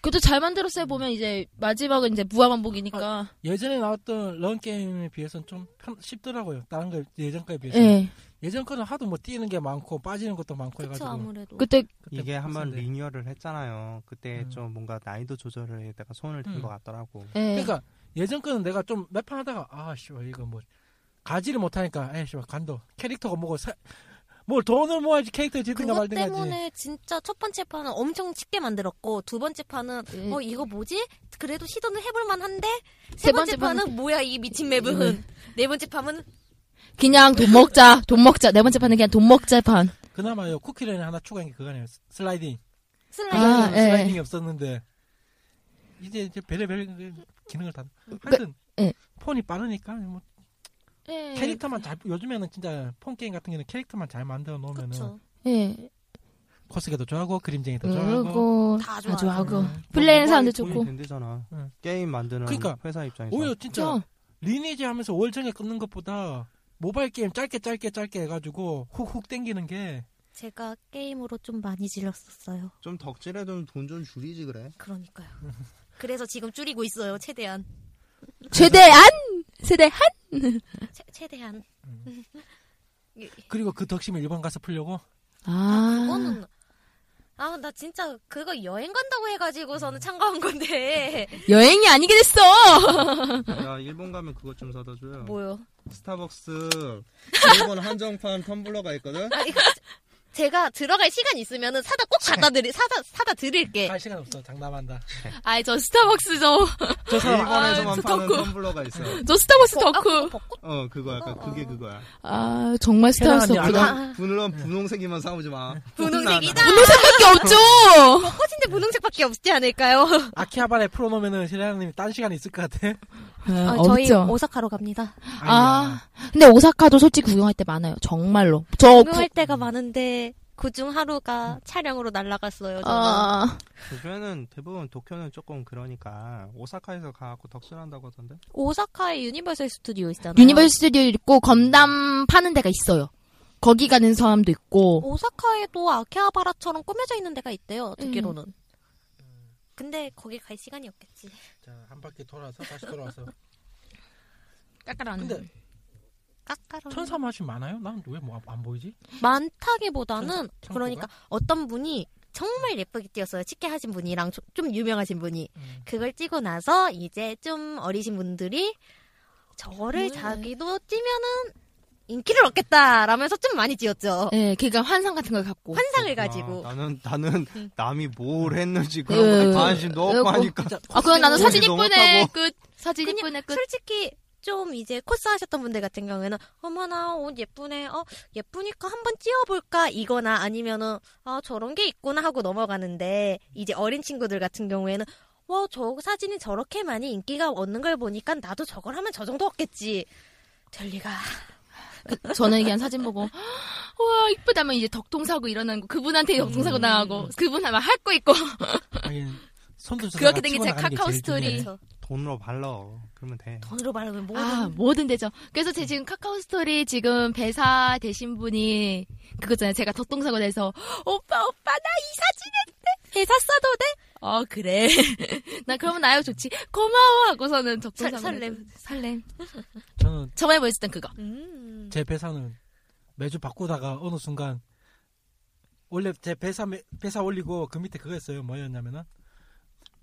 Speaker 3: 그래도 잘 만들었어요, 보면 이제, 마지막은 이제 무한반복이니까.
Speaker 1: 예전에 나왔던 런 게임에 비해서는 좀 편, 쉽더라고요 다른 거 예전 거에 비해서
Speaker 3: 예.
Speaker 1: 예전 거는 하도 뭐 뛰는 게 많고 빠지는 것도 많고
Speaker 2: 그쵸,
Speaker 1: 해가지고
Speaker 2: 아무래도.
Speaker 3: 그때,
Speaker 1: 그때
Speaker 4: 이게 한번
Speaker 1: 봤었는데.
Speaker 4: 리뉴얼을 했잖아요. 그때
Speaker 1: 음.
Speaker 4: 좀 뭔가 난이도 조절에 내가 손을 댄
Speaker 1: 음.
Speaker 4: 것 같더라고.
Speaker 3: 예.
Speaker 1: 그러니까 예전 거는 내가 아, 좀 몇 예, 판 하다가 아씨 이거 뭐 가지를 못하니까 에이씨 간도 캐릭터가 뭐고 사- 뭘 돈을 모아야지 캐릭터 지든가
Speaker 2: 그것
Speaker 1: 말든가지.
Speaker 2: 때문에 진짜 첫 번째 판은 엄청 쉽게 만들었고 두 번째 판은
Speaker 3: 예.
Speaker 2: 어 이거 뭐지? 그래도 시도는 해볼 만한데 세
Speaker 3: 세
Speaker 2: 번째,
Speaker 3: 번째 판은-
Speaker 2: 판은 뭐야 이 미친 맵은 네 번째 판은
Speaker 3: 그냥 돈 먹자, 돈 먹자. 네 번째 판은 그냥 돈 먹자 판.
Speaker 1: 그나마요 쿠키런에 하나 추가한 게 그거 아니에요. 슬라이딩.
Speaker 2: 슬라이드
Speaker 3: 아, 예.
Speaker 1: 슬라이딩이 없었는데 이제 이제 별의별 그 기능을 다. 하여튼
Speaker 2: 네.
Speaker 3: 예.
Speaker 1: 폰이 빠르니까 뭐
Speaker 3: 예.
Speaker 1: 캐릭터만 잘 요즘에는 진짜 폰 게임 같은 경우는 캐릭터만 잘 만들어 놓으면은
Speaker 2: 그쵸
Speaker 3: 예.
Speaker 1: 코스게도 좋아하고 그림쟁이도 좋아하고 예. 뭐
Speaker 3: 그러고
Speaker 2: 다
Speaker 3: 다
Speaker 2: 좋아하고.
Speaker 3: 좋아하고 음. 플레이하는 사람들
Speaker 4: 그러니까 돈이
Speaker 3: 좋고.
Speaker 4: 된대잖아.
Speaker 1: 응.
Speaker 4: 게임 만드는
Speaker 1: 그러니까
Speaker 4: 회사 입장에서.
Speaker 1: 오히려 진짜
Speaker 3: 그렇죠.
Speaker 1: 리니지 하면서 월정에 끊는 것보다 모바일 게임 짧게 짧게 짧게 해가지고 훅훅 땡기는 게
Speaker 2: 제가 게임으로 좀 많이 질렀었어요.
Speaker 4: 좀 덕질해도 돈 좀 줄이지 그래.
Speaker 2: 그러니까요. 그래서 지금 줄이고 있어요. 최대한
Speaker 3: 최대한 세대한.
Speaker 2: 최, 최대한. 예.
Speaker 1: 그리고 그 덕심을 일본 가서 풀려고
Speaker 3: 아,
Speaker 2: 그거는 아 나 진짜 그거 여행 간다고 해가지고서는 참가한 건데
Speaker 3: 여행이 아니게 됐어.
Speaker 4: 야 일본 가면 그것 좀 사다 줘요.
Speaker 2: 뭐요?
Speaker 4: 스타벅스 일본 한정판 텀블러가 있거든.
Speaker 2: 아, 이거 제가 들어갈 시간 있으면은 사다 꼭 갖다 드릴 사다 사다
Speaker 3: 예.
Speaker 2: 드릴게.
Speaker 1: 갈 시간 없어
Speaker 3: [laughs]
Speaker 1: 장담한다
Speaker 3: [laughs] 아이 저 스타벅스 저 저
Speaker 1: 저 사람
Speaker 4: 일본에서만
Speaker 3: 아,
Speaker 4: 파는
Speaker 3: 덕후.
Speaker 4: 텀블러가 있어.
Speaker 2: [laughs]
Speaker 3: 스타벅스
Speaker 2: 어,
Speaker 3: 덕후.
Speaker 2: 벚꽃?
Speaker 4: 어 그거 약간
Speaker 2: 어,
Speaker 4: 그게
Speaker 2: 어.
Speaker 4: 그거야.
Speaker 3: 아 정말 스타벅스
Speaker 1: 태어난
Speaker 3: 덕후다.
Speaker 2: 아, 네.
Speaker 4: 분홍 분홍색이만 사오지 마.
Speaker 2: 분홍색이다.
Speaker 3: 운동산밖에 없죠.
Speaker 2: 벚꽃인데 분홍색밖에 없지 않을까요?
Speaker 1: 아키하바라에 풀어놓으면은 시라님이 딴 시간이 있을 것 같아
Speaker 3: 아,
Speaker 2: 저희
Speaker 3: 없죠.
Speaker 2: 오사카로 갑니다.
Speaker 3: 아, 근데 오사카도 솔직히 구경할 때 많아요. 정말로. 저 구,
Speaker 2: 구경할 때가 많은데 그중 하루가 촬영으로 날아갔어요. 저는.
Speaker 3: 아,
Speaker 4: 요즘에는 대부분 도쿄는 조금 그러니까 오사카에서 가갖고 덕질한다고 하던데.
Speaker 2: 오사카에 유니버설 스튜디오 있잖아요.
Speaker 3: 유니버스 스튜디오 있고 건담 파는 데가 있어요. 거기 가는 사람도 있고.
Speaker 2: 오사카에도 아케하바라처럼 꾸며져 있는 데가 있대요. 듣기로는.
Speaker 3: 음.
Speaker 2: 근데 거기 갈 시간이 없겠지.
Speaker 1: [laughs] 자한 바퀴 돌아서 다시 돌아와서
Speaker 3: 까까라는.
Speaker 1: 근데
Speaker 2: 까까로.
Speaker 1: 천사 맛이 많아요? 난 왜 뭐 안 보이지?
Speaker 2: 많다기보다는
Speaker 1: 천사-
Speaker 2: 그러니까 어떤 분이 정말 예쁘게 뛰었어요. 치게 하신 분이랑 조- 좀 유명하신 분이
Speaker 1: 음.
Speaker 2: 그걸 찍고 나서 이제 좀 어리신 분들이 저를
Speaker 3: 네.
Speaker 2: 자기도 찌면은 인기를 얻겠다라면서 좀 많이 찌었죠.
Speaker 3: 예, 그니까 환상 같은 걸 갖고.
Speaker 2: 환상을 가지고
Speaker 4: 아, 나는 나는
Speaker 2: 응. 네.
Speaker 4: 남이 뭘 했는지
Speaker 3: 예,
Speaker 4: 그런
Speaker 3: 예,
Speaker 4: 거 관심
Speaker 3: 예,
Speaker 4: 넣고 하니까
Speaker 3: 아, 그럼 나는 사진
Speaker 4: 너무
Speaker 3: 이쁘네.
Speaker 4: 하고.
Speaker 3: 끝. 사진
Speaker 2: 그냥
Speaker 3: 이쁘네. 끝.
Speaker 2: 솔직히 좀 이제 코스 하셨던 분들 같은 경우에는 어머나 옷 예쁘네 어 예쁘니까 한번 찌어볼까 이거나 아니면은 아 저런 게 있구나 하고 넘어가는데 이제 어린 친구들 같은 경우에는 와 저 사진이 저렇게 많이 인기가 얻는 걸 보니까 나도 저걸 하면 저 정도 얻겠지 될 리가
Speaker 3: 저는 그냥 사진 보고 와 이쁘다면 이제 덕동 사고 일어나는 거 그분한테
Speaker 1: 음.
Speaker 3: 덕동 사고 나가고 그분한테 막 할 거 있고
Speaker 1: 하긴 손들어서
Speaker 3: 그렇게
Speaker 1: 치고
Speaker 3: 된게 제
Speaker 1: 나가는 게
Speaker 3: 카카오
Speaker 1: 제일
Speaker 3: 스토리.
Speaker 1: 중요해.
Speaker 2: 그렇죠.
Speaker 4: 돈으로 발라 그러면 돼.
Speaker 2: 돈으로 말하면 뭐든
Speaker 3: 아 뭐든 되죠. 그래서
Speaker 1: 네.
Speaker 3: 제 지금 카카오 스토리 지금 배사 되신 분이 그거잖아요. 제가 덕동 사고 내서 오빠 오빠 나 이 사진
Speaker 2: 회사 써도 돼
Speaker 3: 어 그래 [laughs] 나 그러면 나요 좋지 고마워 하고서는 덕동
Speaker 2: 설-
Speaker 3: 사고
Speaker 2: 설렘.
Speaker 3: 내서. 설렘
Speaker 1: 저는
Speaker 3: 저번에 보였을 땐 그거
Speaker 2: 음.
Speaker 1: 제 배사는 매주 바꾸다가 어느 순간 원래 제 배사 매- 배사 올리고 그 밑에 그거였어요. 뭐였냐면은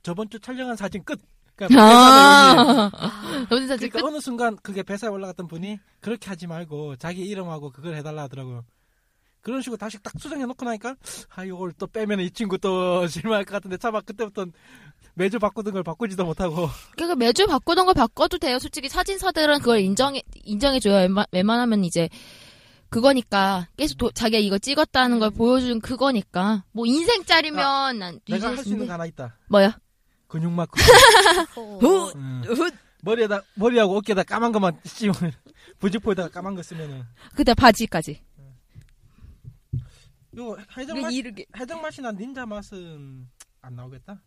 Speaker 1: 저번 주 촬영한 사진 끝. 그러니까 배사 내용이
Speaker 3: 아 덕동 사진
Speaker 1: 그러니까 어느 순간 그게 배사에 올라갔던 분이 그렇게 하지 말고 자기 이름하고 그걸 해달라 하더라고요. 그런 식으로 다시 딱 수정해 놓고 나니까 아 이걸 또 빼면 이 친구 또 [laughs] 실망할 것 같은데 차마 그때부터 매주 바꾸던 걸 바꾸지도 못하고
Speaker 3: 그러니까 매주 바꾸던 걸 바꿔도 돼요. 솔직히 사진사들은 그걸 인정해 인정해줘요. 웬만, 웬만하면 이제 그거니까 계속 도- 자기가 이거 찍었다는 걸 보여준 그거니까 뭐 인생 짤이면 난
Speaker 1: 아, 내가 할 수 있는
Speaker 3: 뒤집어진데.
Speaker 1: 거 하나 있다.
Speaker 3: 뭐야?
Speaker 1: 근육 마크.
Speaker 2: 어.
Speaker 1: 음. 머리에다 머리하고 어깨에다 까만 것만 씌우면 [laughs] 부직포에다가 까만 거 쓰면은
Speaker 3: 그다 바지까지.
Speaker 1: 요 해적
Speaker 3: 그
Speaker 1: 맛
Speaker 3: 이르게.
Speaker 1: 해적 맛이나 닌자 맛은 안 나오겠다.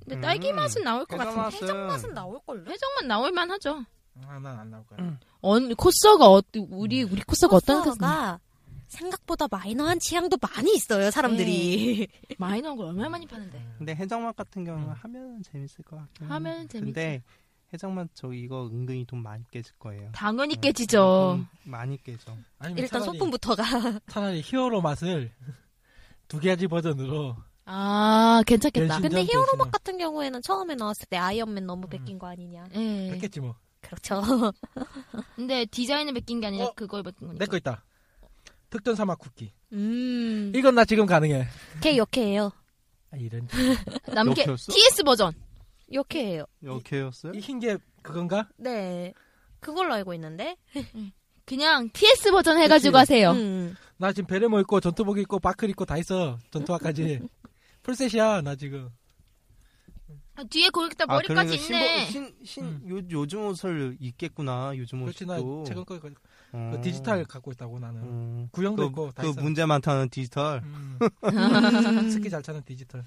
Speaker 3: 근데 딸기
Speaker 4: 음.
Speaker 3: 맛은 나올 것
Speaker 4: 해적
Speaker 3: 같은데.
Speaker 4: 맛은
Speaker 2: 맛은 나올걸요?
Speaker 3: 회정만 나올만 하죠.
Speaker 1: 아, 난 안 나올 거야.
Speaker 3: 언 코스가 어, 우리 우리 코스가 어떤 코스가
Speaker 2: 코스가 생각보다 마이너한 취향도 많이 있어요 사람들이
Speaker 3: 마이너한 걸 얼마나 많이 파는데.
Speaker 4: 근데 해적맛 같은 경우는
Speaker 1: 음.
Speaker 4: 하면 재밌을 것 같긴 해.
Speaker 3: 하면 재밌지.
Speaker 4: 음. 근데 해적맛 저 이거 은근히 돈 많이 깨질 거예요. 음,
Speaker 3: 당연히 깨지죠.
Speaker 4: 돈 많이 깨져.
Speaker 1: 아니면
Speaker 2: 일단
Speaker 1: 음, 차라리,
Speaker 2: 소품부터가
Speaker 1: 차라리 히어로 맛을 [laughs] 두 가지 버전으로
Speaker 3: 아 괜찮겠다.
Speaker 1: 변신
Speaker 2: 근데
Speaker 1: 진짜
Speaker 2: 히어로막
Speaker 1: 대신에.
Speaker 2: [laughs] 같은 경우에는 처음에 나왔을 때 아이언맨 너무
Speaker 1: 음.
Speaker 2: 베낀 거 아니냐.
Speaker 3: 예.
Speaker 1: 했겠지 뭐.
Speaker 2: [laughs] 그렇죠.
Speaker 3: 근데 디자인을 맡긴 게 아니라
Speaker 1: 어?
Speaker 2: 그러니까.
Speaker 3: 그걸 맡긴 거니까.
Speaker 1: 내 거 있다. 특전 사막 쿠키.
Speaker 3: 음.
Speaker 1: 이건 나 지금 가능해.
Speaker 2: 걔 역해예요.
Speaker 1: 아, 이런.
Speaker 3: 남게
Speaker 4: 역효였어?
Speaker 3: TS 버전.
Speaker 2: 역해예요.
Speaker 4: 이렇게였어요?
Speaker 1: 이 흰 게 그건가?
Speaker 2: 네. 그걸로 알고 있는데.
Speaker 3: 그냥 TS 버전 해가지고
Speaker 1: 그치.
Speaker 3: 하세요.
Speaker 2: 음.
Speaker 1: 나 지금 베레모 있고 전투복 있고 바클 있고 다 있어.
Speaker 2: [laughs]
Speaker 1: 전투화까지. 풀셋이야 나 지금.
Speaker 3: 아, 뒤에 거기 다 머리까지 있네.
Speaker 4: 그러니까 신신 요, 요즘 옷을 입겠구나 요즘
Speaker 1: 음. 그렇지 나
Speaker 4: 옷도.
Speaker 1: 최근 거 이거
Speaker 4: 어.
Speaker 1: 디지털 갖고 있다고 나는.
Speaker 4: 음.
Speaker 1: 구형도
Speaker 4: 그,
Speaker 1: 있고 다
Speaker 4: 그
Speaker 1: 있어.
Speaker 4: 문제 많다는 디지털.
Speaker 1: 음. 스키 잘 차는
Speaker 4: [laughs]
Speaker 1: 디지털.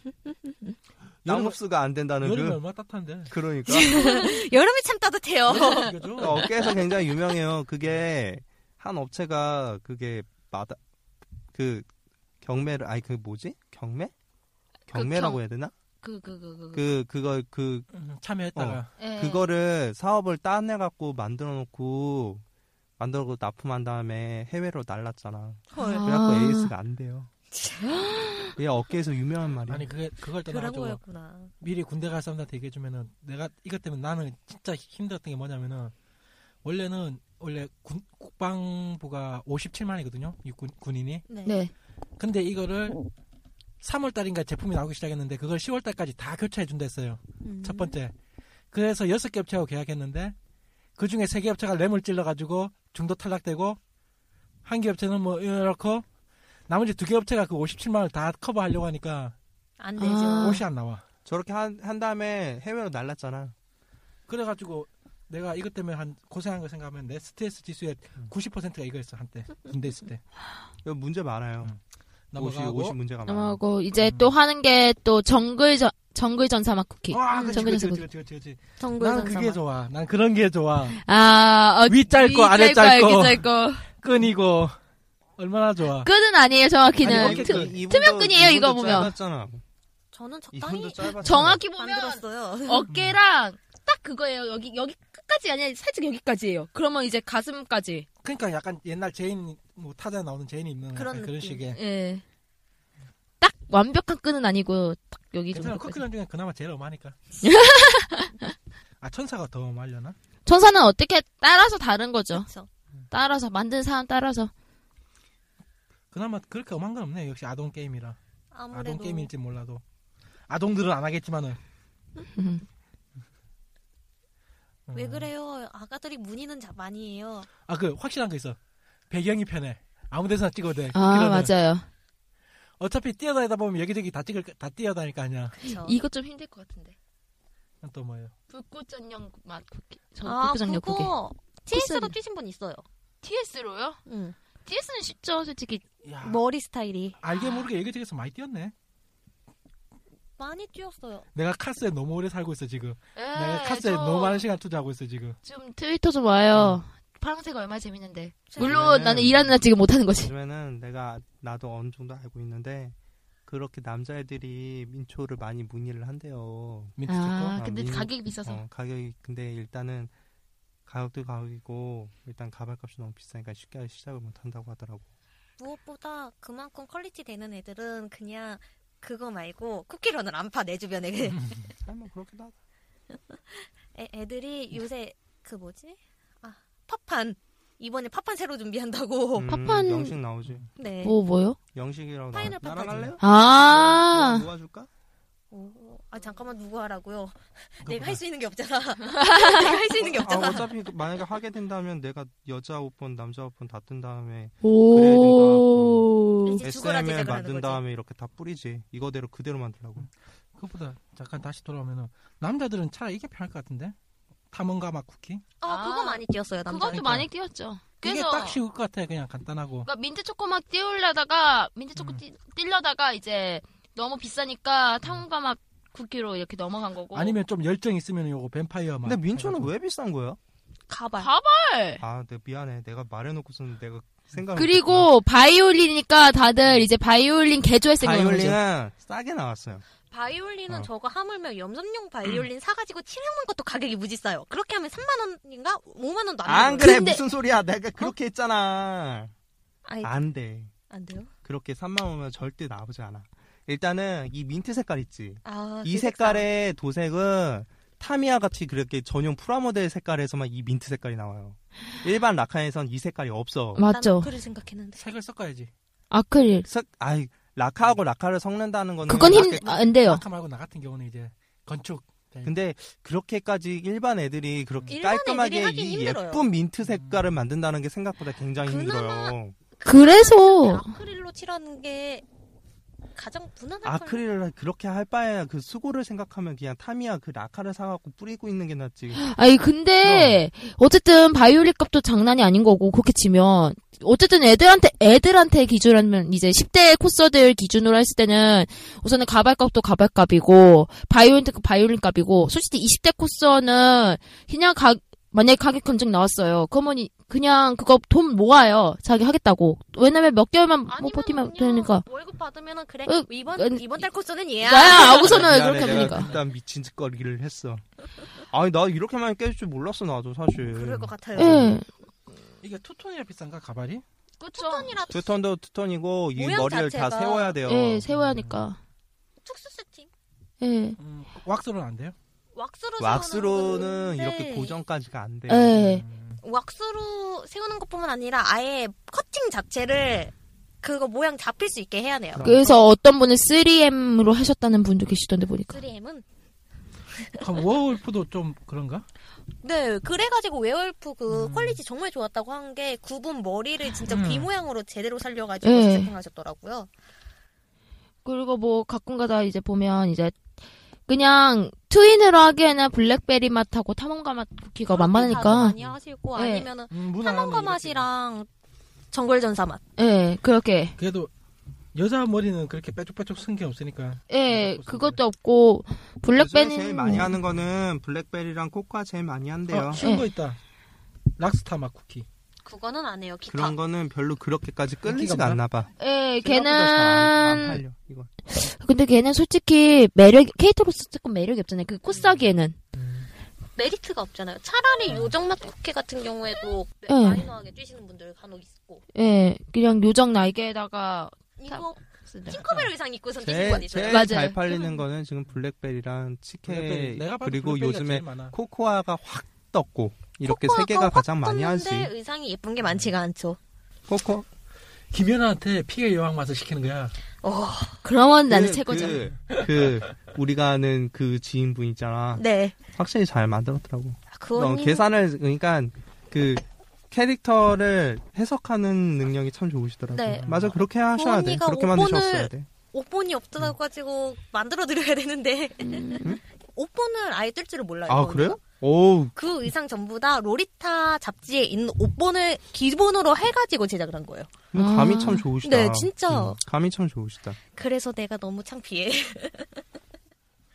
Speaker 1: 여름,
Speaker 4: 쌍흡수가 안 된다는
Speaker 1: 여름이
Speaker 4: 그.
Speaker 1: 얼마나 따뜻한데.
Speaker 4: [laughs]
Speaker 3: [laughs]
Speaker 4: 그러니까
Speaker 2: 여름이 참 따뜻해요.
Speaker 1: 네. 이거죠?
Speaker 4: 업계에서 굉장히 유명해요. 그게 한 업체가 그게 마다 그 경매를 아니 그 뭐지 경매? 경매라고
Speaker 3: 경-
Speaker 4: 해야 되나?
Speaker 3: 그, 그, 그, 그. 그.
Speaker 4: 그 그걸 그
Speaker 1: 음, 참여했다가.
Speaker 3: 예.
Speaker 4: 그거를 사업을 따내 갖고 만들어 놓고 만들고 납품한 다음에 해외로 날랐잖아.
Speaker 2: 헐.
Speaker 4: 그래갖고
Speaker 3: 아.
Speaker 4: AS가 안 돼요. [gasps] 그게 업계에서 유명한 말이야.
Speaker 1: 아니 그게 그걸
Speaker 2: 그런
Speaker 1: 떠나가지고
Speaker 2: 거였구나.
Speaker 1: 미리 군대 갈 사람들한테 얘기해주면은 내가 이것 때문에 나는 진짜 힘들었던 게 뭐냐면은 원래는 원래 군, 국방부가 57만이거든요 육군 군인이
Speaker 2: 네.
Speaker 3: 네.
Speaker 4: 아.
Speaker 1: 근데 이거를 3월 달인가 제품이 나오기 시작했는데 그걸 10월 달까지 다 교체해 준다 했어요
Speaker 2: 음.
Speaker 1: 첫 번째 그래서 여섯 개 업체하고 계약했는데 그 중에 세 개 업체가 램을 찔러가지고 중도 탈락되고 한 개 업체는 뭐 이렇고 나머지 두 개 업체가 그 57만을 다 커버하려고 하니까
Speaker 2: 안 되죠.
Speaker 3: 아.
Speaker 1: 옷이 안 나와
Speaker 4: 저렇게 한, 한 다음에 해외로 날랐잖아.
Speaker 1: 그래가지고 내가 이것 때문에 한 고생한 거 생각하면 내 스트레스 지수의 90%가 이거였어 한때 군대 있을 때
Speaker 4: 이거 문제 많아요.
Speaker 1: 음.
Speaker 4: 옷이,
Speaker 1: 넘어가고
Speaker 4: 옷이 문제가 많아.
Speaker 3: 넘어가고 이제
Speaker 1: 음.
Speaker 3: 또 하는 게 또 정글 전 정글 전사막 쿠키.
Speaker 1: 아 그치
Speaker 3: 정글
Speaker 1: 그치
Speaker 3: 전사막.
Speaker 1: 그치 그치 그치
Speaker 2: 정글
Speaker 1: 난
Speaker 2: 전사만.
Speaker 1: 그게 좋아 난 그런 게 좋아
Speaker 3: 아, 어,
Speaker 1: 위 짧고 아래 짧고
Speaker 3: 위 짧고.
Speaker 1: 끈이고 얼마나 좋아
Speaker 3: 끈은 아니에요 정확히는.
Speaker 1: 아니,
Speaker 3: 트-
Speaker 4: 그
Speaker 1: 어깨끈.
Speaker 3: 투명끈이에요, 이거 보면.
Speaker 4: 짧았잖아.
Speaker 2: 저는 적당히
Speaker 4: 이분도 짧았잖아.
Speaker 3: 정확히 보면
Speaker 2: 만들었어요.
Speaker 3: 어깨랑 딱 그거예요. 여기 여기 끝까지 아니라 살짝 여기까지예요. 그러면 이제 가슴까지.
Speaker 1: 그러니까 약간 옛날 제인 뭐 타자에 나오는 제인이 입는
Speaker 2: 그런
Speaker 1: 약간 그런
Speaker 2: 느낌.
Speaker 1: 식의
Speaker 3: 예. 딱 완벽한 끈은 아니고 딱 여기
Speaker 1: 괜찮아
Speaker 3: 정도까지.
Speaker 1: 쿠키런 중에 그나마 제일
Speaker 3: [laughs]
Speaker 1: 엄하니까 아 천사가 더 엄하려나
Speaker 3: 전사는 어떻게 따라서 다른 거죠.
Speaker 2: 그쵸.
Speaker 3: 따라서 만든 사람 따라서.
Speaker 1: 그나마 그렇게 엄한 건 없네 역시 아동 게임이라 아동
Speaker 2: 아무래도
Speaker 1: 게임일지 몰라도 아동들은 안
Speaker 2: [laughs]
Speaker 1: 하겠지만은
Speaker 3: 음.
Speaker 2: 왜
Speaker 1: 음.
Speaker 2: 그래요? 아가들이 무늬는 자- 많이 해요.
Speaker 1: 아 그 확실한 거 있어 배경이 편해 아무 데서나 찍어도 돼
Speaker 3: 아
Speaker 1: 그거는.
Speaker 3: 맞아요.
Speaker 1: 어차피 뛰어다니다 보면 여기저기 다 찍을 다 뛰어다니까 아니야
Speaker 2: 그쵸.
Speaker 3: 이거 좀 힘들 것 같은데.
Speaker 1: 또 뭐예요
Speaker 3: 불꽃 전용 맛 쿠키. 저
Speaker 2: 아
Speaker 3: 불꽃 전용 쿠키.
Speaker 2: 그거 TS로
Speaker 3: 코스를.
Speaker 2: 뛰신 분 있어요.
Speaker 3: TS로요?
Speaker 2: 응.
Speaker 3: TS는 쉽죠, 솔직히.
Speaker 1: 야,
Speaker 2: 머리 스타일이
Speaker 1: 알게 모르게 여기저기서 많이 뛰었네
Speaker 2: 많이 뛰었어요.
Speaker 1: 내가 카스에 너무 오래 살고 있어 지금
Speaker 2: 예, 아,
Speaker 1: 내가 네, 카스에 너무 많은 시간 투자하고 있어 지금
Speaker 3: 지금 트위터 좀 와요. 파랑새가 얼마나 음. 재밌는데. 물론
Speaker 4: 그러면은-
Speaker 3: 나는 일하는 날 지금 못하는 거지.
Speaker 4: 요즘에는 내가 나도 어느 정도 알고 있는데 그렇게 남자애들이 민초를 많이 문의를 한대요.
Speaker 1: 민트 좋고
Speaker 3: 아,
Speaker 4: 아,
Speaker 3: 근데
Speaker 4: 미니-
Speaker 3: 가격이 비싸서.
Speaker 4: 어, 가격이 근데 일단은 가격도 가격이고 일단 가발값이 너무 비싸니까 쉽게 시작을 못 한다고 하더라고.
Speaker 2: 무엇보다 그만큼 퀄리티 되는 애들은 그냥 그거 말고 쿠키런을 안 파 내 주변에
Speaker 4: 아니 뭐 그렇기도 하다.
Speaker 2: [laughs] 애, 애들이 요새 그 뭐지? 아 팝판 이번에 팝판 새로 준비한다고.
Speaker 4: 음,
Speaker 3: 팝판-
Speaker 4: 영식 나오지.
Speaker 2: 네.
Speaker 3: 뭐, 뭐요?
Speaker 4: 영식이라고 나
Speaker 2: 파인애플
Speaker 4: 날아갈래요?
Speaker 3: 아,
Speaker 4: 모아줄까?
Speaker 2: 오, 아 잠깐만 누구 하라고요?
Speaker 1: 그거
Speaker 2: 내가
Speaker 1: 보다.
Speaker 2: 할 수 있는 게 없잖아. [laughs] 내가 할 수 있는 게
Speaker 4: 아,
Speaker 2: 없잖아.
Speaker 4: 어차피 그- 만약에 하게 된다면 내가 여자 옷본 남자 옷본 다 뜬 다음에
Speaker 3: 오.
Speaker 2: 이제 죽어라
Speaker 4: SM을
Speaker 2: 제작을 하는
Speaker 4: 만든
Speaker 2: 거지.
Speaker 4: 다음에 이렇게 다 뿌리지. 이거대로 그대로 만들라고.
Speaker 1: 그것보다 잠깐 다시 돌아오면은 남자들은 차라리 이게 편할 것 같은데 탐험가 막 쿠키
Speaker 2: 어 그거
Speaker 3: 아,
Speaker 2: 많이 뛰었어요 남자.
Speaker 3: 그것도 많이 띄웠죠.
Speaker 1: 이게
Speaker 3: 그래서.
Speaker 1: 딱 쉬울 것 같아 그냥 간단하고
Speaker 3: 그러니까 민트 초코맛 띄우려다가, 민트 초코
Speaker 1: 음.
Speaker 3: 띄, 띄려다가 이제 너무 비싸니까 탕후가 맛 쿠키로 이렇게 넘어간 거고.
Speaker 1: 아니면 좀 열정 있으면 요거 뱀파이어 막
Speaker 4: 근데 민초는
Speaker 1: 해가지고.
Speaker 4: 왜 비싼 거야?
Speaker 2: 가발.
Speaker 3: 가발!
Speaker 4: 아, 내가 미안해. 내가 말해놓고서는 내가 생각을
Speaker 3: 그리고 바이올린이니까 다들 이제 바이올린 개조할 생각을 하죠.
Speaker 4: 바이올린은 싸게 나왔어요.
Speaker 2: 바이올린은
Speaker 4: 어. 음.
Speaker 2: 저거 하물며 염소용 바이올린 사가지고 칠해먹는 것도 가격이 무지 싸요. 그렇게 하면 3만 원인가 5만 원도 안
Speaker 4: 안
Speaker 2: 돼요.
Speaker 4: 그래
Speaker 3: 근데-
Speaker 4: 무슨 소리야? 내가 그렇게 했잖아.
Speaker 2: 아이, 안,
Speaker 4: 안 돼.
Speaker 2: 돼요?
Speaker 4: 그렇게 3만 원면 절대 나오지 않아. 일단은 이 민트 색깔 있지.
Speaker 2: 아,
Speaker 4: 이
Speaker 2: 그
Speaker 4: 색깔의 도색은 타미야 같이 그렇게 전용 프라모델 색깔에서만 이 민트 색깔이 나와요. 일반 라카에선 이 색깔이 없어.
Speaker 2: 색깔. 난
Speaker 3: 맞죠.
Speaker 2: 그를 생각했는데.
Speaker 1: 색을 섞어야지
Speaker 3: 아크릴.
Speaker 4: 석, 아이, 라카하고 라카를 섞는다는 거는
Speaker 3: 그건 힘,
Speaker 4: 라카-
Speaker 3: 아, 안 돼요.
Speaker 1: 아까 말고 나 같은 경우는 이제 건축
Speaker 4: 근데 그렇게까지 일반 애들이 그렇게
Speaker 2: 일반
Speaker 4: 깔끔하게
Speaker 2: 애들이 하긴
Speaker 4: 이
Speaker 2: 힘들어요.
Speaker 4: 예쁜 민트 색깔을 만든다는 게 생각보다 굉장히
Speaker 2: 그나마
Speaker 4: 힘들어요.
Speaker 3: 그래서
Speaker 2: 아크릴로 칠하는 게 가장 무난할 걸.
Speaker 4: 아크릴을 그렇게 할 바에야 그 수고를 생각하면 그냥 타미야 그 라카를 사갖고 뿌리고 있는 게 낫지.
Speaker 3: 아니 근데 어쨌든 바이올릿 값도 장난이 아닌 거고 그렇게 치면 어쨌든 애들한테 애들한테 기준하면 이제 10대 코서들 기준으로 했을 때는 우선은 가발 값도 가발 값이고 바이올릿 값 바이올릿 값이고 솔직히 20대 코서는 그냥 가 만약에 가격 견적 나왔어요. 그러면 이- 그냥 그거 돈 모아요. 자기 하겠다고. 왜냐면 몇 개월만 뭐
Speaker 2: 아니면은요,
Speaker 3: 버티면 되니까.
Speaker 2: 월급 받으면은 그래
Speaker 3: 어,
Speaker 2: 이번
Speaker 3: 아니,
Speaker 2: 이번 달 코스는 얘야
Speaker 3: 나야 아고서는
Speaker 4: 미안해,
Speaker 3: 그렇게
Speaker 4: 내가
Speaker 3: 하니까.
Speaker 4: 일단 미친 짓거리를 했어. 아니 나 이렇게 많이 깨질 줄 몰랐어 나도 사실.
Speaker 2: 그럴 것 같아요
Speaker 3: 예.
Speaker 1: 이게 투톤이라 비싼가 가발이?
Speaker 3: 그렇죠.
Speaker 2: 투톤이라
Speaker 4: 투톤도 투톤이고 이
Speaker 2: 모양
Speaker 4: 머리를 다
Speaker 2: 자체가-
Speaker 4: 세워야 돼요.
Speaker 3: 예, 세워야 하니까.
Speaker 2: 특수 세팅
Speaker 3: 예.
Speaker 1: 음, 왁스로는 안 돼요?
Speaker 2: 왁스로 세우는
Speaker 4: 왁스로는
Speaker 2: 건데
Speaker 4: 이렇게 고정까지가 안 돼.
Speaker 3: 예.
Speaker 2: 왁스로 세우는 것뿐만 아니라 아예 커팅 자체를 그거 모양 잡힐 수 있게 해야
Speaker 4: 그러니까.
Speaker 2: 돼요
Speaker 3: 그래서 어떤 분은 3M으로 하셨다는 분도 계시던데 보니까.
Speaker 2: 3M은
Speaker 1: 그럼 워울프도 좀 그런가?
Speaker 2: 네 그래가지고 웨얼프 그
Speaker 1: 음.
Speaker 2: 퀄리티 정말 좋았다고 한 게 구분 머리를 진짜
Speaker 1: 음.
Speaker 2: 귀 모양으로 제대로 살려가지고
Speaker 4: 예.
Speaker 3: 네.
Speaker 2: 세팅하셨더라고요
Speaker 3: 그리고 뭐 가끔가다 이제 보면 이제 그냥 트윈으로 하기에는 블랙베리 맛하고 탐험가 맛 쿠키가 만만하니까.
Speaker 2: 많이 하시고
Speaker 4: 예.
Speaker 3: 네.
Speaker 2: 아니면은
Speaker 1: 음, 무난하네,
Speaker 2: 탐험가
Speaker 1: 이렇게.
Speaker 2: 맛이랑 정글전사 맛
Speaker 3: 예, 그렇게.
Speaker 1: 그래도 여자 머리는 그렇게 빼쪽빼쪽 쓴 게 없으니까
Speaker 3: 예, 그것도 없고
Speaker 4: 아, 요즘에
Speaker 3: 블랙베리는
Speaker 4: 제일 많이 하는 거는 블랙베리랑 코코아 제일 많이 한대요.
Speaker 1: 아, 쉬운
Speaker 3: 예.
Speaker 1: 거 있다. 락스타 막 쿠키.
Speaker 2: 그거는 안 해요 기타
Speaker 3: 아.
Speaker 4: 그런 거는 별로 그렇게까지 끌리지가
Speaker 1: 인기가
Speaker 4: 않나 봐.
Speaker 3: 예,
Speaker 4: 생각보다 잘안
Speaker 3: 걔는
Speaker 4: 팔려, 이거.
Speaker 3: 근데 걔는 솔직히 매력 케이터로서 조금 매력이 없잖아요. 그 코스하기에는.
Speaker 2: 메리트가 없잖아요.
Speaker 4: 네.
Speaker 2: 차라리 요정맛 쿠키 같은 경우에도
Speaker 4: 예.
Speaker 3: 네.
Speaker 2: 마이너하게 뛰시는 분들 간혹 있고
Speaker 3: 예, 그냥 요정 날개에다가
Speaker 2: 이거
Speaker 3: 쓰는.
Speaker 2: 팅커벨 의상 입고서 뛰시는 거
Speaker 4: 제일,
Speaker 2: 아니죠?
Speaker 4: 제일
Speaker 3: 맞아요.
Speaker 4: 잘 팔리는 거는 지금 블랙베리랑 치케
Speaker 1: 블랙베리. 내가 봐도
Speaker 4: 네. 그리고
Speaker 1: 블랙베리가
Speaker 4: 요즘에
Speaker 1: 제일 많아.
Speaker 4: 코코아가 확 떴고 이렇게 세 개가 가장 많이 하지.
Speaker 2: 의상이 예쁜 게 많지가 않죠.
Speaker 4: 코코
Speaker 1: 김연아한테 피해 여왕 맛을 시키는 거야.
Speaker 2: 어, [laughs]
Speaker 3: 그러면 나는
Speaker 4: 그,
Speaker 3: 최고잖아.
Speaker 4: 그, 그 우리가 아는 그 지인분 있잖아.
Speaker 2: 네.
Speaker 4: 확실히 잘 만들었더라고.
Speaker 2: 아,
Speaker 4: 어,
Speaker 2: 그 언니
Speaker 4: 계산을 그러니까 그 캐릭터를 해석하는 능력이 참 좋으시더라고.
Speaker 2: 네.
Speaker 4: 맞아 그렇게 하셔야 돼.
Speaker 2: 언니가
Speaker 4: 그렇게
Speaker 2: 옷본을-
Speaker 4: 만드셨어야 돼.
Speaker 2: 옷본이 없다고 가지고 만들어 드려야 되는데
Speaker 4: 음,
Speaker 2: 옷본을 아예 뜰 줄을 몰라요.
Speaker 4: 아
Speaker 2: 그
Speaker 4: 그래요?
Speaker 2: 언니가.
Speaker 4: 오
Speaker 2: 그 의상 전부 다 로리타 잡지에 있는 옷본을 기본으로 해가지고 제작을 한 거예요.
Speaker 3: 아.
Speaker 4: 감이 참 좋으시다. 음,
Speaker 2: 네, 진짜.
Speaker 4: 감이 참 좋으시다.
Speaker 2: 그래서 내가 너무 창피해.
Speaker 1: [laughs]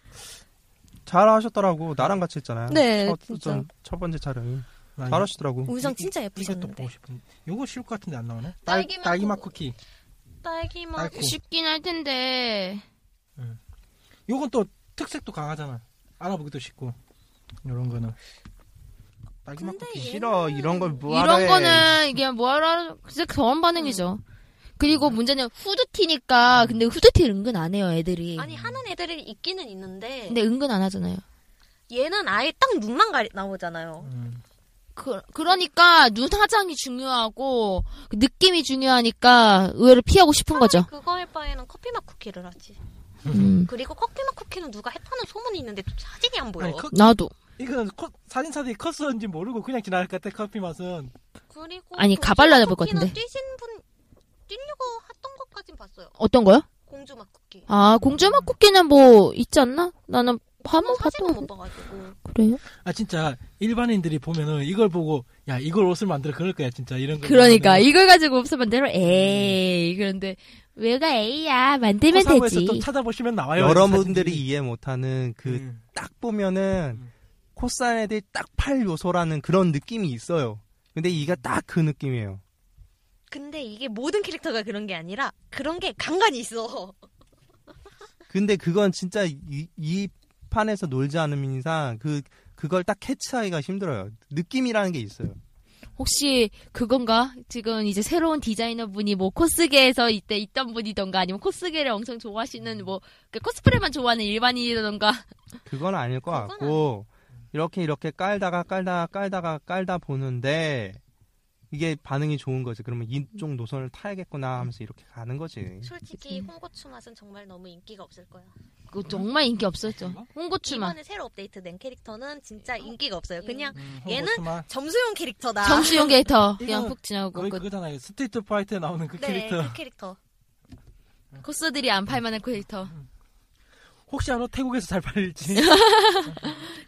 Speaker 4: 잘 하셨더라고. 나랑 같이 했잖아요.
Speaker 2: 네,
Speaker 4: 첫,
Speaker 2: 진짜. 음.
Speaker 4: 전- 첫 번째 촬영이.
Speaker 1: 나
Speaker 4: 잘 하시더라고.
Speaker 2: 의상 진짜
Speaker 1: 이- 이거 또 뭐.
Speaker 2: 예쁘셨는데.
Speaker 1: 보고 싶은. 요거 쉬울 것 같은데 안 나오네.
Speaker 2: 딸기맛
Speaker 1: 딸기 맛
Speaker 2: 쿠-
Speaker 1: 쿠키.
Speaker 2: 딸기 맛
Speaker 1: 딸기.
Speaker 3: 쉽긴 할 텐데.
Speaker 1: 요건 또 특색도 강하잖아. 알아보기도 쉽고. 요런 거는. 딸기 맛
Speaker 2: 근데
Speaker 1: 쿠키.
Speaker 2: 얘-
Speaker 4: 싫어. 이런 걸 뭐하러
Speaker 3: 이런 거는 이게 뭐하러 진짜 경험 반응이죠. 그리고 문제는 후드티니까 근데 후드티 를 은근 안 해요 애들이.
Speaker 2: 아니 하는 애들이 있기는 있는데
Speaker 3: 근데 은근 안 하잖아요.
Speaker 2: 얘는 아예 딱 눈만 가리, 나오잖아요.
Speaker 1: 음.
Speaker 3: 그, 그러니까 눈 화장이 중요하고 그 느낌이 중요하니까 의외로 피하고 싶은 거죠.
Speaker 2: 그거 할 바에는 커피맛 쿠키를 하지.
Speaker 3: 음,
Speaker 2: 그리고 커피맛 쿠키는 누가 해파는 소문이 있는데 사진이 안 보여.
Speaker 1: 아니, 그- 커,
Speaker 3: 나도
Speaker 1: 이거는 컷- 사진사들이 컸었는지 모르고 그냥 지나갈 것 같아, 커피 맛은.
Speaker 2: 그리고
Speaker 3: 아니,
Speaker 2: 그
Speaker 3: 가발로 해볼 것
Speaker 2: 쿠키는
Speaker 3: 같은데.
Speaker 2: 뛰신 분 뛰려고 했던 것까진 봤어요.
Speaker 3: 어떤 거요?
Speaker 2: 공주맛 쿠키.
Speaker 3: 아 공주맛 쿠키는 뭐 있지 않나? 나는
Speaker 2: 그건
Speaker 3: 한번
Speaker 2: 사진은
Speaker 3: 봤던
Speaker 2: 못
Speaker 3: 거
Speaker 2: 봐가지고.
Speaker 3: 그래요?
Speaker 1: 아, 진짜 일반인들이 보면은 이걸 보고, 야, 이걸 옷을 만들어 그럴 거야, 진짜. 이런 거.
Speaker 3: 그러니까
Speaker 1: 보면은
Speaker 3: 이걸 가지고 없으면 대로 에이 그런데 왜가 에이야 만들면
Speaker 1: 음. 코사무에서
Speaker 3: 되지.
Speaker 1: 또 찾아보시면 나와요.
Speaker 4: 여러분들이
Speaker 1: 사진들이.
Speaker 4: 이해 못하는 그 딱
Speaker 1: 음.
Speaker 4: 보면은
Speaker 1: 음.
Speaker 4: 코스안 애들이 딱 팔 요소라는 그런 느낌이 있어요. 근데 이가 딱 그 느낌이에요.
Speaker 2: 근데 이게 모든 캐릭터가 그런 게 아니라 그런 게 간간히 있어.
Speaker 4: 근데 그건 진짜 이, 이 판에서 놀지 않으면 이상 그 그걸 딱 캐치하기가 힘들어요. 느낌이라는 게 있어요.
Speaker 3: 혹시 그건가? 지금 이제 새로운 디자이너 분이 뭐 코스계에서 이때 있던 분이던가 아니면 코스계를 엄청 좋아하시는 뭐그 코스프레만 좋아하는 일반인이던가
Speaker 4: 그건 아닐 것
Speaker 2: 그건
Speaker 4: 같고 이렇게 이렇게 깔다가 깔다가 깔다가 깔다 보는데 이게 반응이 좋은 거지. 그러면 이쪽 노선을 타야겠구나 하면서 이렇게 가는 거지.
Speaker 2: [laughs] 솔직히
Speaker 3: 그치.
Speaker 2: 홍고추 맛은 정말 너무 인기가 없을 거야.
Speaker 3: 그거 정말 인기 없었죠. 홍고추만.
Speaker 2: 이번에 새로 업데이트된 캐릭터는 진짜 인기가 없어요. 그냥
Speaker 1: 음,
Speaker 2: 얘는
Speaker 1: 홍고추만.
Speaker 2: 점수용 캐릭터다.
Speaker 3: 점수용 게이터 그냥
Speaker 1: 이건
Speaker 3: 푹 지나고
Speaker 1: 거의
Speaker 3: 그
Speaker 1: 그거잖아요. 스트리트 파이터에 나오는 그
Speaker 2: 네,
Speaker 1: 캐릭터.
Speaker 2: 그 캐릭터.
Speaker 3: 코스들이 안 팔만한 게이터.
Speaker 1: 혹시 알아? 태국에서 잘
Speaker 2: [laughs]
Speaker 1: 팔릴지.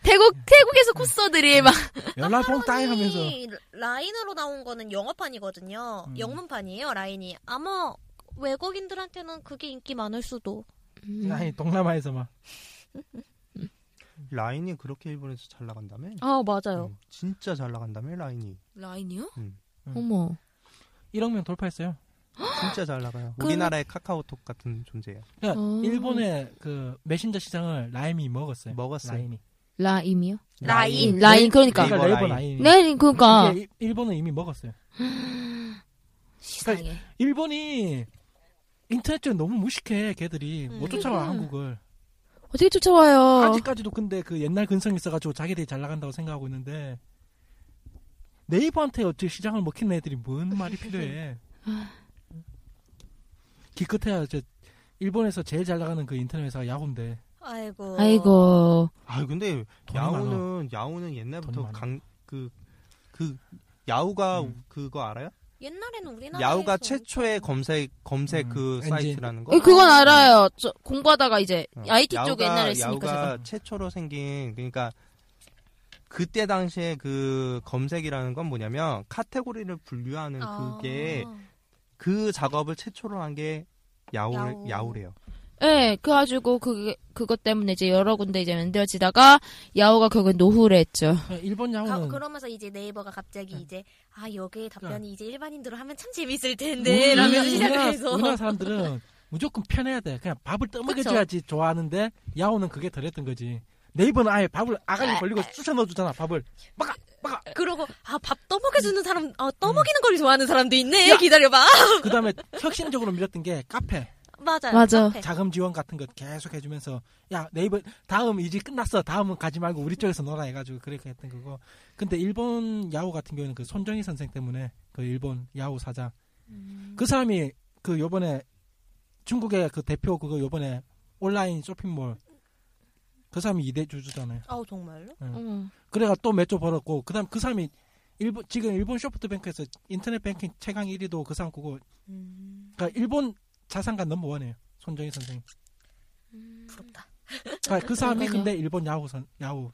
Speaker 3: 태국 태국에서 코스들이 막
Speaker 1: 연락봉 따위 하면서.
Speaker 2: 이 라인으로 나온 거는 영어판이거든요.
Speaker 1: 음.
Speaker 2: 영문판이에요, 라인이. 아마 외국인들한테는 그게 인기 많을 수도.
Speaker 1: 아니, 동남아에서 막.
Speaker 4: 라인이 그렇게 일본에서 잘 나간다며?
Speaker 2: 아, 맞아요.
Speaker 4: 응, 진짜 잘 나간다며 라인이.
Speaker 3: 라인이요?
Speaker 4: 음.
Speaker 1: 음.
Speaker 3: 어머.
Speaker 1: 1억 명 돌파했어요.
Speaker 4: 진짜 잘 나가요.
Speaker 3: 그럼-
Speaker 4: 우리나라의 카카오톡 같은 존재예요.
Speaker 1: 그러니까
Speaker 3: 어.
Speaker 1: 일본의 그 메신저 시장을 라임이 먹었어요.
Speaker 4: 먹었어요.
Speaker 1: 네, 라임이.
Speaker 3: 라임이요?
Speaker 2: 라인.
Speaker 3: 라인, 라인 그러니까.
Speaker 1: 그러니까
Speaker 4: 네이버
Speaker 1: 네이버
Speaker 4: 라임.
Speaker 1: 라임이.
Speaker 3: 네, 그러니까
Speaker 1: 이게 일- 일본은 이미 먹었어요.
Speaker 3: 시상해.
Speaker 1: 일본이 인터넷 쪽에 너무 무식해 걔들이
Speaker 2: 음.
Speaker 1: 못 쫓아와
Speaker 3: 그러니까.
Speaker 1: 한국을
Speaker 3: 어떻게 쫓아와요?
Speaker 1: 아직까지도 근데 그 옛날 근성이 있어가지고 자기들이 잘 나간다고 생각하고 있는데 네이버한테 어째 시장을 먹힌 애들이 뭔 말이 필요해 기껏해야 저 일본에서 제일 잘 나가는 그 인터넷 회사가 야후인데
Speaker 2: 아이고.
Speaker 3: 아이고.
Speaker 4: 아 근데
Speaker 1: 돈이 많아.
Speaker 4: 야후는 야후는
Speaker 1: 돈이
Speaker 4: 옛날부터
Speaker 1: 많아.
Speaker 4: 강 그 그 야후가
Speaker 1: 음.
Speaker 4: 그거 알아요?
Speaker 2: 옛날에는 우리나라에서
Speaker 4: 야후가 최초의 검색 검색
Speaker 1: 음.
Speaker 4: 그
Speaker 1: 엔진.
Speaker 4: 사이트라는 거.
Speaker 3: 예, 그건 알아요. 저 공부하다가 이제
Speaker 4: 어.
Speaker 3: IT
Speaker 4: 야후가-
Speaker 3: 쪽에 옛날에 했으니까
Speaker 4: 야후가
Speaker 3: 제가.
Speaker 4: 최초로 생긴 그러니까 그때 당시에 그 검색이라는 건 뭐냐면 카테고리를 분류하는
Speaker 2: 아.
Speaker 4: 그게 그 작업을 최초로 한 게 야후
Speaker 2: 야후.
Speaker 4: 야후래요.
Speaker 3: 예, 그래가지고 그 그것 때문에 이제 여러 군데 이제 만들어지다가 야호가 결국 노후를 했죠.
Speaker 1: 아, 일본
Speaker 2: 가-
Speaker 1: 야후는
Speaker 2: 그러면서 이제 네이버가 갑자기 이제 아 여기에 답변이
Speaker 1: 그러니까.
Speaker 2: 이제 일반인으로 하면 참 재밌을
Speaker 1: 우리
Speaker 2: 텐데 라면서
Speaker 1: 우리나-
Speaker 2: 시작해서
Speaker 1: 우리나라 사람들은 무조건 편해야 돼 그냥 밥을 떠먹여줘야지 좋아하는데 야후는 그게 덜했던 거지 네이버는 아예 밥을 아가리 벌리고 쑤셔 넣어주잖아 밥을 막아 막아
Speaker 2: 그러고 아 밥 떠먹여주는 사람 아
Speaker 1: 음.
Speaker 2: 떠먹이는 걸 좋아하는 사람도 있네 기다려봐
Speaker 1: 그 다음에 혁신적으로 밀었던 게 카페
Speaker 2: 맞아요
Speaker 3: 맞아.
Speaker 2: 카페.
Speaker 1: 자금 지원 같은 거 계속 해주면서 야 네이버 다음 이제 끝났어 다음은 가지 말고 우리 쪽에서 놀아 해가지고 그렇게 했던 거고 근데 일본 야후 같은 경우에는 그 손정희 선생 때문에 그 일본 야후 사장 그 사람이 그 요번에 중국의 그 대표 그거 요번에 온라인 쇼핑몰 그 사람이 이대 주주잖아요
Speaker 2: 아우 정말로
Speaker 3: 어머.
Speaker 1: 그래가 또 몇 조 벌었고 그다음 그 사람이 일본 지금 일본 쇼프트뱅크에서 인터넷 뱅킹 최강 1위도 그 사람 거고
Speaker 2: 음.
Speaker 1: 그러니까 일본 자산가 넘버원이에요 손정희 선생
Speaker 2: 부럽다
Speaker 1: 그러니까 그 사람이
Speaker 3: 그러니까요.
Speaker 1: 근데 일본 야후 선 야후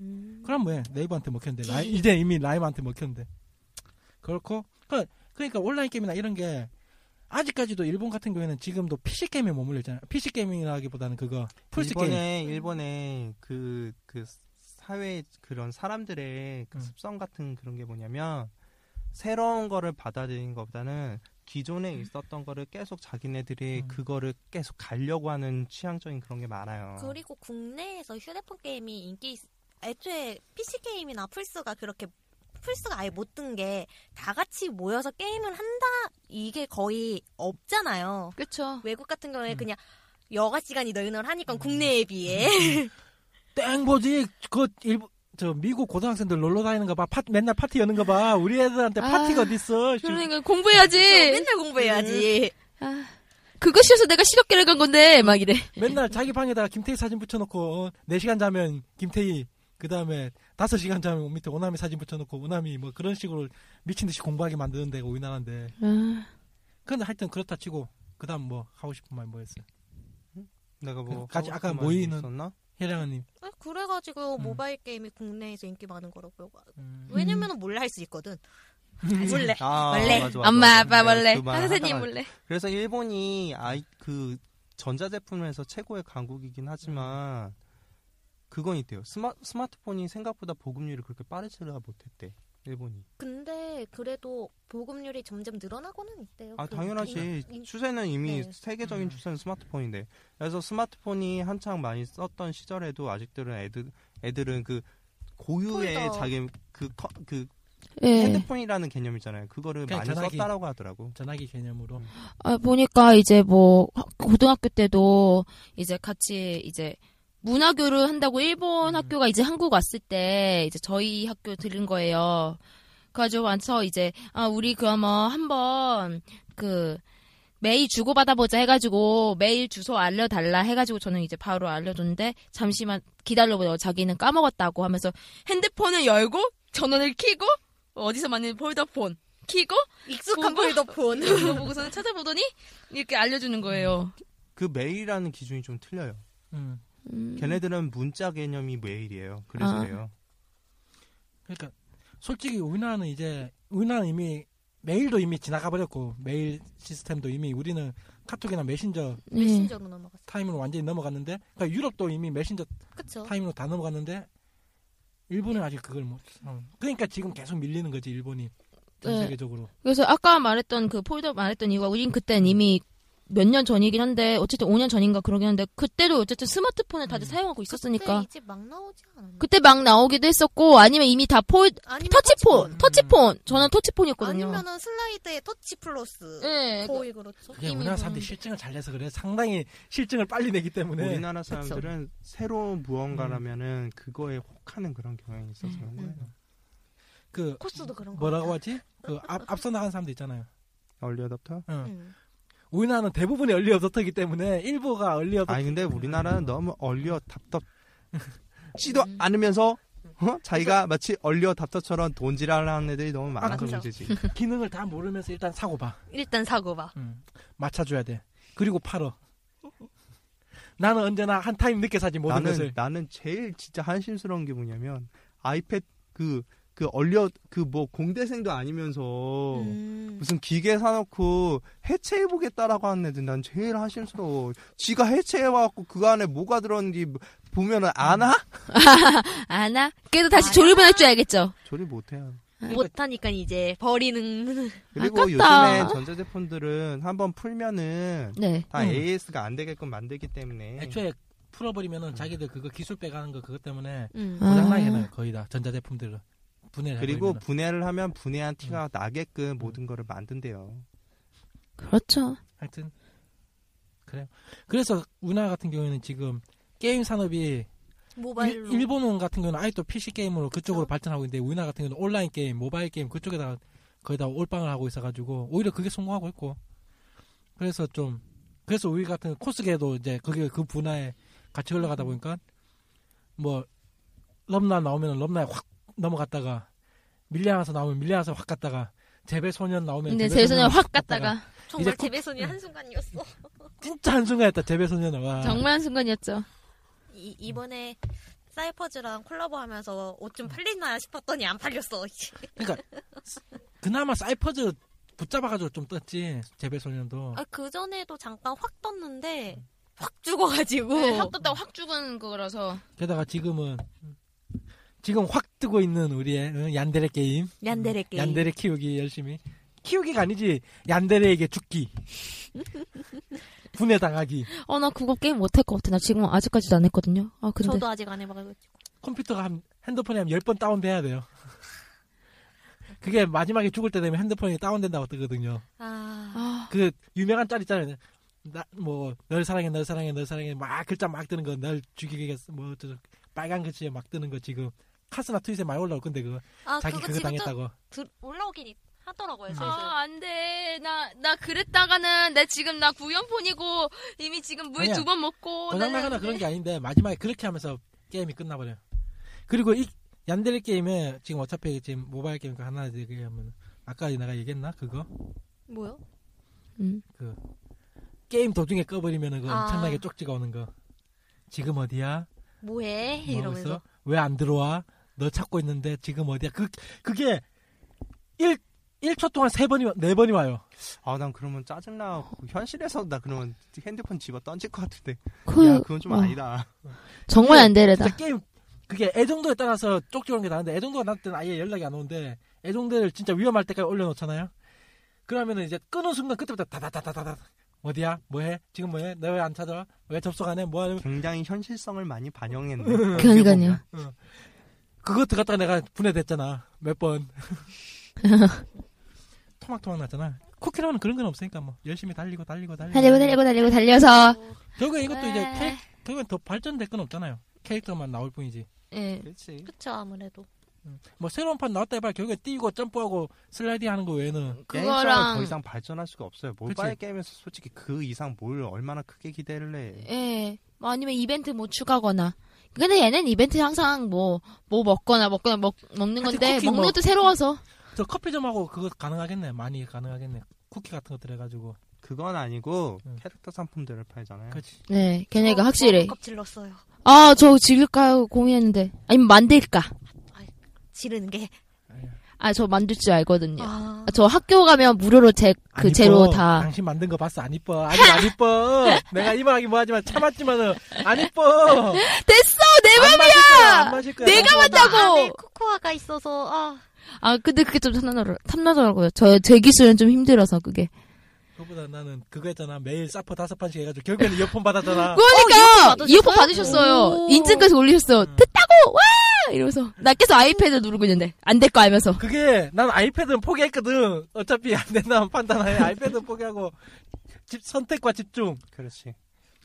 Speaker 2: 음.
Speaker 1: 그럼 왜 네이버한테 먹혔는데 라이, 이제 이미 라임한테 먹혔는데 그렇고 그러니까, 그러니까 온라인 게임이나 이런 게 아직까지도 일본 같은 경우에는 지금도 PC 게임에 머물러 있잖아요 PC 게임이라기보다는 그거 플스 게임
Speaker 4: 일본에 일본에 그 그 사회 그런 사람들의 그
Speaker 1: 음.
Speaker 4: 습성 같은 그런 게 뭐냐면 새로운 거를 받아들인 것보다는 기존에 있었던 거를 계속 자기네들이
Speaker 1: 음.
Speaker 4: 그거를 계속 가려고 하는 취향적인 그런 게 많아요.
Speaker 2: 그리고 국내에서 휴대폰 게임이 인기 있- 애초에 PC 게임이나 플스가 그렇게 플스가 아예 못 든 게 다 같이 모여서 게임을 한다 이게 거의 없잖아요
Speaker 3: 그쵸.
Speaker 2: 외국 같은 경우에
Speaker 1: 음.
Speaker 2: 그냥 여가 시간이 널널하니까
Speaker 3: 음.
Speaker 2: 국내에 비해 [laughs]
Speaker 1: 땡보지 그 일본 저 미국 고등학생들 놀러 다니는 거봐 맨날 파티 여는 거봐 우리 애들한테
Speaker 3: 아,
Speaker 1: 파티가 어딨어 씨.
Speaker 3: 그러니까
Speaker 2: 저
Speaker 3: 공부해야지.
Speaker 2: 맨날 공부해야지.
Speaker 3: 음. 그거 쉬어서 내가 실업계를 간 건데 막 이래.
Speaker 1: 맨날 자기 방에다가 김태희 사진 붙여놓고 어, 4시간 자면 김태희 그 다음에 5시간 자면 밑에 오나미 사진 붙여놓고 오나미 뭐 그런 식으로 미친 듯이 공부하게 만드는 데가 우리나라인데
Speaker 3: 아.
Speaker 1: 근데 하여튼 그렇다 치고 그 다음 뭐 하고 싶은 말 뭐였어요?
Speaker 4: 내가 뭐
Speaker 1: 같이
Speaker 4: 하고
Speaker 1: 아까
Speaker 4: 싶은 말이
Speaker 1: 모이는-
Speaker 4: 있었나?
Speaker 1: 혜령아님
Speaker 2: 아, 그래가지고
Speaker 1: 음.
Speaker 2: 모바일 게임이 국내에서 인기 많은 거라고요.
Speaker 1: 음.
Speaker 2: 왜냐면은 몰래 할 수 있거든.
Speaker 3: 음.
Speaker 2: 몰래.
Speaker 4: 아,
Speaker 2: 원래.
Speaker 4: 맞아, 맞아,
Speaker 3: 엄마
Speaker 4: 맞아.
Speaker 3: 아빠
Speaker 4: 내가
Speaker 3: 몰래.
Speaker 4: 그말
Speaker 3: 선생님
Speaker 4: 하다가
Speaker 3: 몰래.
Speaker 4: 그래서 일본이 아이 그 전자제품에서 최고의 강국이긴 하지만 그건 있대요. 스마, 스마트폰이 생각보다 보급률이 그렇게 빠르지가 못했대. 일본이.
Speaker 2: 근데 그래도 보급률이 점점 늘어나고는 있대요.
Speaker 4: 아
Speaker 2: 그
Speaker 4: 당연하지.
Speaker 2: 인- 인-
Speaker 4: 추세는 이미
Speaker 2: 네.
Speaker 4: 세계적인
Speaker 1: 음.
Speaker 4: 추세는 스마트폰인데. 그래서 스마트폰이 한창 많이 썼던 시절에도 아직들은 애들 애들은 그 고유의
Speaker 2: 폴더.
Speaker 4: 자기 그, 커, 그
Speaker 3: 예.
Speaker 4: 핸드폰이라는 개념이잖아요. 그거를
Speaker 1: 그냥
Speaker 4: 많이
Speaker 1: 전화기.
Speaker 4: 썼다라고 하더라고.
Speaker 1: 전화기 개념으로
Speaker 3: 아, 보니까 이제 뭐 고등학교 때도 이제 같이 이제 문화교를 한다고 일본
Speaker 1: 음.
Speaker 3: 학교가 이제 한국 왔을 때 이제 저희 학교 들은 거예요. 그래가지고 와서 이제 아 우리 그러면 한번 그 메일 주고 받아보자 해가지고 메일 주소 알려달라 해가지고 저는 이제 바로 알려줬는데 잠시만 기다려보자 자기는 까먹었다고 하면서 핸드폰을 열고 전원을 켜고 어디서 만든 폴더폰 켜고
Speaker 2: 익숙한
Speaker 3: 뭐가?
Speaker 2: 폴더폰.
Speaker 3: 이거 보고서는 찾아보더니 이렇게 알려주는 거예요.
Speaker 4: 그 메일이라는 기준이 좀 틀려요.
Speaker 1: 음.
Speaker 4: 걔네들은 문자 개념이 메일이에요. 그래서
Speaker 3: 아.
Speaker 4: 그래요.
Speaker 1: 그러니까 솔직히 우리나라는 이제 우리나라는 이미 메일도 이미 지나가 버렸고 메일 시스템도 이미 우리는 카톡이나 메신저
Speaker 2: [laughs]
Speaker 3: 네.
Speaker 2: 메신저로 넘어갔어.
Speaker 1: 타임으로 완전히 넘어갔는데 그러니까 유럽도 이미 메신저
Speaker 2: 그쵸?
Speaker 1: 타임으로 다 넘어갔는데 일본은 아직 그걸 못. 음. 그러니까 지금 계속 밀리는 거지 일본이 전
Speaker 3: 네.
Speaker 1: 세계적으로.
Speaker 3: 그래서 아까 말했던 그 폴더 말했던 이유가 우린 그땐 이미 몇 년 전이긴 한데 어쨌든 5년 전인가 그러긴 한데 그때도 어쨌든 스마트폰을 다들
Speaker 1: 음.
Speaker 3: 사용하고 있었으니까
Speaker 2: 이제 막 나오지 않았나?
Speaker 3: 그때 음. 막 나오기도 했었고 아니면 이미 다 폴
Speaker 2: 아니면
Speaker 1: 터치폰.
Speaker 3: 터치폰 터치폰 저는 터치폰이었거든요.
Speaker 2: 아니면은 슬라이드에 터치 플러스.
Speaker 3: 네,
Speaker 2: 거의 그렇죠.
Speaker 1: 그게 우리나라 사람들이 실증을 잘 내서 그래. 상당히 실증을 빨리 내기 때문에.
Speaker 4: 우리나라 사람들은 새로운
Speaker 1: 음.
Speaker 4: 무언가라면은 그거에 혹하는 그런 경향이 있어서 그런 거예요.
Speaker 1: 그
Speaker 2: 코스도 그런 거.
Speaker 1: 뭐라고 하지? 그 앞, 앞서 나간 사람도 있잖아요.
Speaker 4: 얼리 어답터?
Speaker 1: 어.
Speaker 2: 음.
Speaker 1: 우리나라는 대부분이 얼리 어답터이기 때문에 일부가 얼리 어답터.
Speaker 4: 아니 근데 우리나라는 너무 얼리어
Speaker 1: [laughs]
Speaker 4: 답답 지도
Speaker 1: 음.
Speaker 4: 않으면서 어? 자기가 마치 얼리어 답답처럼 돈지랄하는 애들이 너무 많아서
Speaker 2: 그렇죠.
Speaker 4: 문제지.
Speaker 1: 기능을 다 모르면서 일단 사고 봐.
Speaker 2: 일단 사고 봐.
Speaker 1: 음. 맞춰줘야 돼. 그리고 팔어. 나는 언제나 한 타임 늦게 사지 [laughs] 모든
Speaker 4: 나는
Speaker 1: 것을.
Speaker 4: 나는 제일 진짜 한심스러운 게 뭐냐면 아이패드 그 그 얼리어 그 뭐 공대생도
Speaker 3: 어.
Speaker 4: 아니면서
Speaker 2: 음.
Speaker 4: 무슨 기계 사놓고 해체해보겠다라고 하는 애들 난 제일 한심스러워. 지가 해체해와갖고 그 안에 뭐가 들었는지 보면은 아나?
Speaker 3: 아나 그래도 다시 조립을 할 줄 알겠죠.
Speaker 4: 조리 못해요.
Speaker 2: 아, 못하니까 이제 버리는. [laughs]
Speaker 4: 그리고
Speaker 3: 아깝다.
Speaker 4: 요즘에 전자제품들은 한번 풀면은
Speaker 3: 네.
Speaker 4: 다
Speaker 1: 음.
Speaker 4: AS가 안 되게끔 만들기 때문에
Speaker 1: 애초에 풀어버리면은 자기들 그거 기술 빼가는 거 그것 때문에
Speaker 2: 음.
Speaker 3: 아.
Speaker 1: 고장나게 나요 거의 다 전자제품들은 분해를
Speaker 4: 그리고
Speaker 1: 해버리면은.
Speaker 4: 분해를 하면 분해한 티가
Speaker 3: 음.
Speaker 4: 나게끔 모든 거를 만든대요.
Speaker 3: 그렇죠.
Speaker 1: 하여튼 그래요. 그래서 우리나라 같은 경우에는 지금 게임 산업이
Speaker 2: 모바일로.
Speaker 1: 일, 본은 같은 경우는 아직도 PC 게임으로 그쪽으로 발전하고 있는데 우리나라 같은 경우는 온라인 게임, 모바일 게임 그쪽에다가 거의 다 올빵을 하고 있어가지고 오히려 그게 성공하고 있고 그래서 좀 그래서 우리 같은 코스계도 이제 그게 그 분야에 같이 흘러가다 보니까 뭐 럼나 나오면 럼나에 확 넘어갔다가 밀려나서 나오면 밀려나서 확 갔다가 재배 소년 나오면
Speaker 3: 근데
Speaker 1: 재배
Speaker 3: 제 손에
Speaker 1: 소년
Speaker 3: 네, 확 갔다가
Speaker 2: 정말
Speaker 1: 이제 네. 코-
Speaker 2: 재배손이 한순간이었어.
Speaker 1: 진짜 한순간이었다 재배 소년 와
Speaker 3: 정말 한 순간이었죠.
Speaker 2: 이, 이번에 사이퍼즈랑 콜라보하면서 옷 좀 팔리나 싶었더니 안 [laughs] 팔렸어.
Speaker 1: 그러니까 그나마 사이퍼즈 붙잡아가지고 좀 떴지 재배 소년도
Speaker 2: 아, 그 전에도 잠깐 확 떴는데 확 죽어가지고.
Speaker 3: 네, 확 떴다가 확 죽은 거라서
Speaker 1: 게다가 지금은 지금 확 뜨고 있는 우리의 응, 얀데레 게임.
Speaker 2: 얀데레 게임.
Speaker 1: 얀데레 키우기 열심히. 키우기가 아니지 얀데레에게 죽기. 분해당하기.
Speaker 3: 어 나 그거 게임 못할 것 같아. 나 지금 아직까지도 안 했거든요. 아 근데
Speaker 2: 저도 아직 안 해봐가지고.
Speaker 1: 컴퓨터가 한 핸드폰에 한 10번 다운돼야 돼요. 그게 마지막에 죽을 때 되면 핸드폰이 다운된다고 뜨거든요.
Speaker 2: 아,
Speaker 3: 아
Speaker 1: 그 유명한 짤 있잖아요. 나뭐널 사랑해 널 사랑해 널 사랑해 막 글자 막 뜨는 거 널 죽이겠어 뭐 어쩌고 빨간 글씨에 막 뜨는 거 지금 카스나 트윗에 많이 올라올 건데 그거
Speaker 2: 아
Speaker 1: 자기 그거
Speaker 2: 그거 지금 좀
Speaker 1: 당했다고
Speaker 2: 들- 올라오긴 있- 하더라고요. 슬슬.
Speaker 3: 아, 안 돼. 나, 나 그랬다가는, 내 지금 나 구연폰이고, 이미 지금 물
Speaker 1: 아니야.
Speaker 3: 두 번 먹고.
Speaker 1: 고장나거나
Speaker 3: 나는-
Speaker 1: 그런 게 아닌데 마지막에 그렇게 하면서 게임이 끝나버려. 요 그리고 이 얀데레 게임에 지금 어차피 지금 모바일 게임 그 하나 얘기하면 아까 내가 얘기했나 그거
Speaker 2: 뭐요?
Speaker 3: 음.
Speaker 1: 게임 도중에 꺼버리면은 그
Speaker 2: 아.
Speaker 1: 엄청나게 쪽지가 오는 거. 지금 어디야?
Speaker 2: 뭐해?
Speaker 1: 뭐 하고
Speaker 2: 이러면서.
Speaker 1: 왜 안 들어와? 너 찾고 있는데 지금 어디야? 그 그게 1 1초 동안 세 번이 와- 네 번이 와요.
Speaker 4: 아 난 그러면 짜증나. 현실에서도 나 그러면 핸드폰 집어 던질 것 같은데.
Speaker 3: 그,
Speaker 4: 야 그건 좀
Speaker 3: 어,
Speaker 4: 아니다.
Speaker 3: 정말 안 되려다.
Speaker 1: 진짜 게임 그게 애정도에 따라서 쪽지 오는 게 나는데 애정도가 날 때는 아예 연락이 안 오는데 애정도를 진짜 위험할 때까지 올려놓잖아요. 그러면은 이제 끄는 순간 그때부터 다다다다다다 어디야? 뭐해? 지금 뭐해? 너 왜 안 찾아? 왜 접속 안 해? 뭐하는?
Speaker 4: 굉장히 현실성을 많이 반영했네.
Speaker 3: 그러니까요.
Speaker 1: 그거 들어갔다가 내가 분해됐잖아 몇 번. [laughs] 토막토막 났잖아. 쿠키로는 그런 건 없으니까 뭐 열심히 달리고 달리고 달리고.
Speaker 3: 달리고, 달리고, 달리고, 달려서.
Speaker 1: 결국에 아, 이것도 이제
Speaker 3: 네.
Speaker 1: 캐릭, 결국엔 더 발전될 건 없잖아요. 캐릭터만 나올 뿐이지.
Speaker 3: 예.
Speaker 4: 그렇지.
Speaker 2: 그쵸 아무래도.
Speaker 1: 뭐 새로운 판 나왔다 해봐야 결국에 뛰고 점프하고 슬라이딩 하는 거 외에는
Speaker 4: 게임상은 더
Speaker 3: 그거랑
Speaker 4: 이상 발전할 수가 없어요. 모바일
Speaker 1: 그치.
Speaker 4: 게임에서 솔직히 그 이상 뭘 얼마나 크게 기대를
Speaker 1: 네.
Speaker 4: 해.
Speaker 3: 예. 뭐 아니면 이벤트 뭐 추가거나. 근데 얘는 이벤트 항상 뭐 뭐 먹거나 먹거나 먹 먹는
Speaker 1: 하여튼
Speaker 3: 건데
Speaker 1: 쿠키
Speaker 3: 먹는
Speaker 1: 뭐.
Speaker 3: 것도 새로워서.
Speaker 1: 저 커피점하고 그거 가능하겠네 많이 가능하겠네 쿠키 같은 것들 해가지고
Speaker 4: 그건 아니고
Speaker 1: 음.
Speaker 4: 캐릭터 상품들을 팔잖아요.
Speaker 1: 그렇지
Speaker 3: 네,
Speaker 2: 어,
Speaker 1: 어,
Speaker 3: 걔네가 확실히.
Speaker 2: 겁 질렀어요.
Speaker 3: 아, 저 지를까 고민했는데. 아니면 만들까?
Speaker 2: 지르는 게.
Speaker 3: 아, 저 만들 줄 알거든요.
Speaker 2: 아,
Speaker 3: 저 학교 가면 무료로 제
Speaker 1: 안
Speaker 3: 그 재료
Speaker 1: 이뻐.
Speaker 3: 다.
Speaker 1: 당신 만든 거 봤어 안 이뻐 아직 안
Speaker 3: [laughs]
Speaker 1: 이뻐 내가 이 말하기 뭐하지만 참았지만은 안 이뻐
Speaker 3: 됐어, 내
Speaker 1: 안 마실 거야 안 마실 거야
Speaker 3: 내가
Speaker 1: 만
Speaker 3: 맞다고.
Speaker 2: 안에 코코아가 있어서 아
Speaker 3: 아, 근데 그게 좀 탐나더라, 탐나더라고요. 저, 제 기술은 좀 힘들어서, 그게.
Speaker 1: 그거보다 나는 그거 했잖아 매일 사퍼 다섯 판씩 해가지고 결국에는 이어폰 받았잖아
Speaker 3: 그러니까!
Speaker 2: 어, 이어폰 받으셨어요?
Speaker 3: 이어폰 받으셨어요.
Speaker 2: 오.
Speaker 3: 인증까지 올리셨어요.
Speaker 4: 음.
Speaker 3: 됐다고! 와! 이러면서. 나 계속 아이패드 누르고 있는데. 안 될 거 알면서.
Speaker 1: 그게 난 아이패드는 포기했거든 어차피 안 된다면 판단하에 아이패드 포기하고 집 선택과 집중
Speaker 4: 그렇지.
Speaker 1: 네.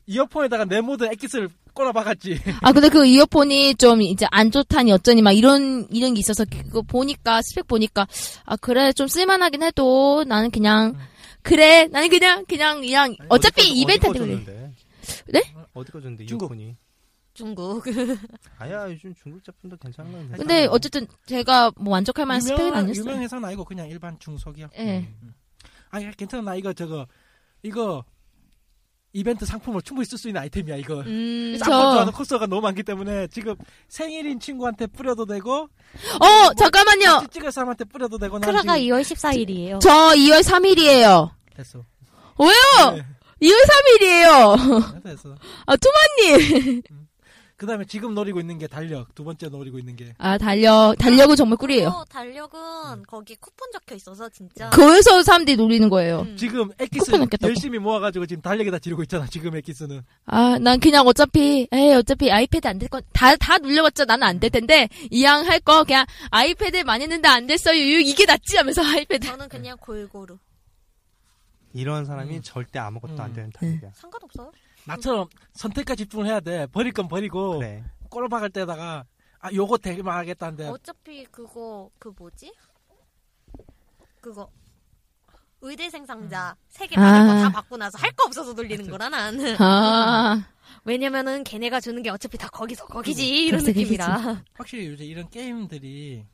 Speaker 1: 이어폰에다가 내 모든 액기스를 꺼내 박았지
Speaker 3: 아, 근데 그 이어폰이 좀 이제 안 좋다니 어쩌니 막 이런, 이런 게 있어서 그거 보니까, 스펙 보니까, 아, 그래, 좀 쓸만하긴 해도 나는 그냥, 그래, 나는 그냥, 그냥, 그냥, 어차피 이벤트
Speaker 4: 음.
Speaker 3: 때
Speaker 4: 어디 거
Speaker 3: 그래.
Speaker 4: 줬는데?
Speaker 3: 네?
Speaker 4: 어디 거 줬는데
Speaker 1: 중국.
Speaker 4: 이어폰이?
Speaker 2: [laughs] 중국.
Speaker 4: 아야 요즘 중국 제품도 괜찮은 건데.
Speaker 3: 근데 어쨌든 제가 뭐 만족할 만한 스펙은
Speaker 1: 유명한-
Speaker 3: 아니었어요.
Speaker 1: 유명 회사는 아니고 그냥 일반 중소기업 음.
Speaker 3: 예.
Speaker 1: 아니 괜찮아 나 이거 저거 이거 이벤트 상품으로 충분히 쓸 수 있는 아이템이야 이거
Speaker 3: 음,
Speaker 1: 짬뽕
Speaker 3: 저,
Speaker 1: 좋아하는 코스가 너무 많기 때문에 지금 생일인 친구한테 뿌려도 되고
Speaker 3: 어, 잠깐만요.
Speaker 1: 뭐 같이 찍을 사람한테 뿌려도 되고 난
Speaker 2: 크라가
Speaker 1: 지금
Speaker 2: 2월 14일이에요.
Speaker 3: 저 2월 3일이에요.
Speaker 1: 됐어
Speaker 3: 왜요? 2월 3일이에요.
Speaker 1: 네, 됐어
Speaker 3: 아, 투마님.
Speaker 1: 그 다음에 지금 노리고 있는 게 달력 두 번째 노리고 있는 게
Speaker 3: 아, 달력. 달력은 정말 꿀이에요.
Speaker 2: 어, 달력은 거기 쿠폰 적혀 있어서 진짜.
Speaker 3: 그래서 어, 사람들이 노리는 거예요.
Speaker 2: 음.
Speaker 1: 지금 액기스
Speaker 3: 쿠폰 얻겠다고.
Speaker 1: 열심히 모아가지고 지금 달력에다 지르고 있잖아 지금 액기스는
Speaker 3: 아, 난 그냥 어차피, 에이, 어차피 아이패드 안 될 건, 다, 다 눌려봤자 나는 안 될 텐데, 이왕 할 거, 그냥 아이패드 많이 했는데 안 됐어요. 유유, 이게 낫지 하면서 [laughs] 아이패드.
Speaker 2: 저는 그냥 골고루
Speaker 4: 이런 사람이 절대 아무것도 안
Speaker 1: 음.
Speaker 3: 네.
Speaker 4: 되는 타입이야.
Speaker 2: 상관없어요.
Speaker 1: 나처럼 선택과 집중을 해야 돼 버릴 건 버리고
Speaker 4: 그래.
Speaker 1: 꼬로 박을 때다가 아 요거 대만 하겠다는데
Speaker 2: 어차피 그거 그 뭐지? 그거 의대생 상자 세 개 받을
Speaker 3: 아.
Speaker 2: 거 다 받고 나서 할 거 없어서 돌리는 거라
Speaker 3: [laughs]
Speaker 2: 나는.
Speaker 3: 아,
Speaker 2: 왜냐면은 걔네가 주는 게 어차피 다 거기서 거기지 이런
Speaker 3: 거기서
Speaker 2: 느낌이라.
Speaker 1: 확실히 요새 이런 게임들이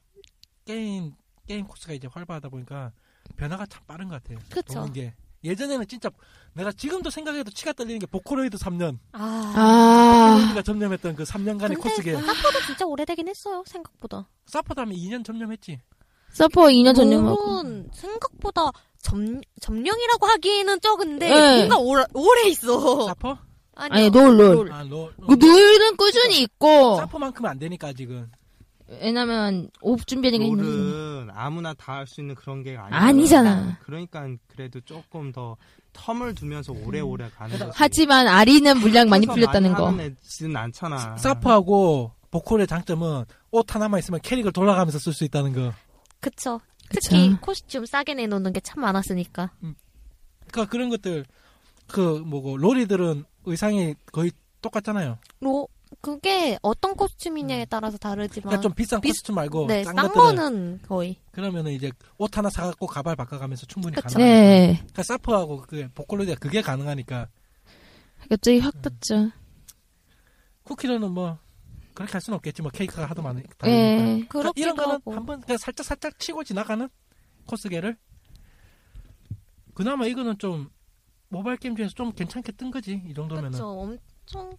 Speaker 1: 게임 게임 코스가 이제 활발하다 보니까 변화가 참 빠른 것 같아요.
Speaker 2: 그쵸.
Speaker 1: 보는 게 예전에는 진짜 내가 지금도 생각해도 치가 떨리는 게 보코로이드 3년
Speaker 2: 아.
Speaker 3: 아.
Speaker 1: 보코로이드가 점령했던 그 3년간의 코스게
Speaker 2: 사포도 진짜 오래되긴 했어요 생각보다.
Speaker 1: 사포도 하면 2년 점령했지.
Speaker 3: 서퍼 2년 전념하고.
Speaker 2: 물론 생각보다 점 점령이라고 하기에는 적은데
Speaker 3: 네.
Speaker 2: 뭔가 오래 오래 있어.
Speaker 1: 사포?
Speaker 3: 아니, 놀, 놀.
Speaker 1: 아, 너,
Speaker 3: 그 놀은 꾸준히 있고,
Speaker 1: 사포만큼은 안 되니까 아직은.
Speaker 3: 왜냐면, 옷 준비하는 게 힘들어.
Speaker 4: 롤은 아무나 다 할 수 있는 그런 게 아니잖아.
Speaker 3: 그러니까 음. 아니잖아.
Speaker 4: 그러니까 그래도 조금 더 텀을 두면서 오래오래
Speaker 1: 음.
Speaker 4: 가는 거지.
Speaker 3: 하지만 아리는 물량 많이
Speaker 4: 그래서
Speaker 3: 풀렸다는 거.
Speaker 4: 많이 하는 애지는 않잖아.
Speaker 1: 사포하고 보코로의 장점은 옷 하나만 있으면 캐릭을 돌아가면서 쓸 수 있다는 거.
Speaker 2: 그쵸.
Speaker 3: 그쵸.
Speaker 2: 특히 코스튬 싸게 내놓는 게 참 많았으니까.
Speaker 1: 그러니까 그런 것들 그 뭐고 로리들은 의상이 거의 똑같잖아요.
Speaker 2: 로 그게 어떤 코스튬이냐에 따라서 다르지만
Speaker 1: 그러니까 좀 비싼
Speaker 2: 아, 비-
Speaker 1: 코스튬 말고
Speaker 2: 네,
Speaker 1: 싼,
Speaker 2: 싼
Speaker 1: 것들은
Speaker 2: 거는 거의
Speaker 1: 그러면은 이제 옷 하나 사갖고 가발 바꿔가면서 충분히
Speaker 2: 그쵸.
Speaker 1: 가능.
Speaker 3: 네.
Speaker 1: 그러니까 사프하고 그 보컬로디가 그게 가능하니까
Speaker 3: 갑자기 확 떴죠.
Speaker 1: 쿠키로는 뭐 그렇게 할 수는 없겠지 뭐 케이크가 하도 많으니까.
Speaker 3: 예.
Speaker 1: 그러니까
Speaker 2: 네. 그렇기도
Speaker 1: 이런 거는
Speaker 2: 하고
Speaker 1: 한번 그냥 살짝 살짝 치고 지나가는 코스계를. 그나마 이거는 좀 모바일 게임 중에서 좀 괜찮게 뜬 거지 이 정도면은.
Speaker 2: 그쵸 엄청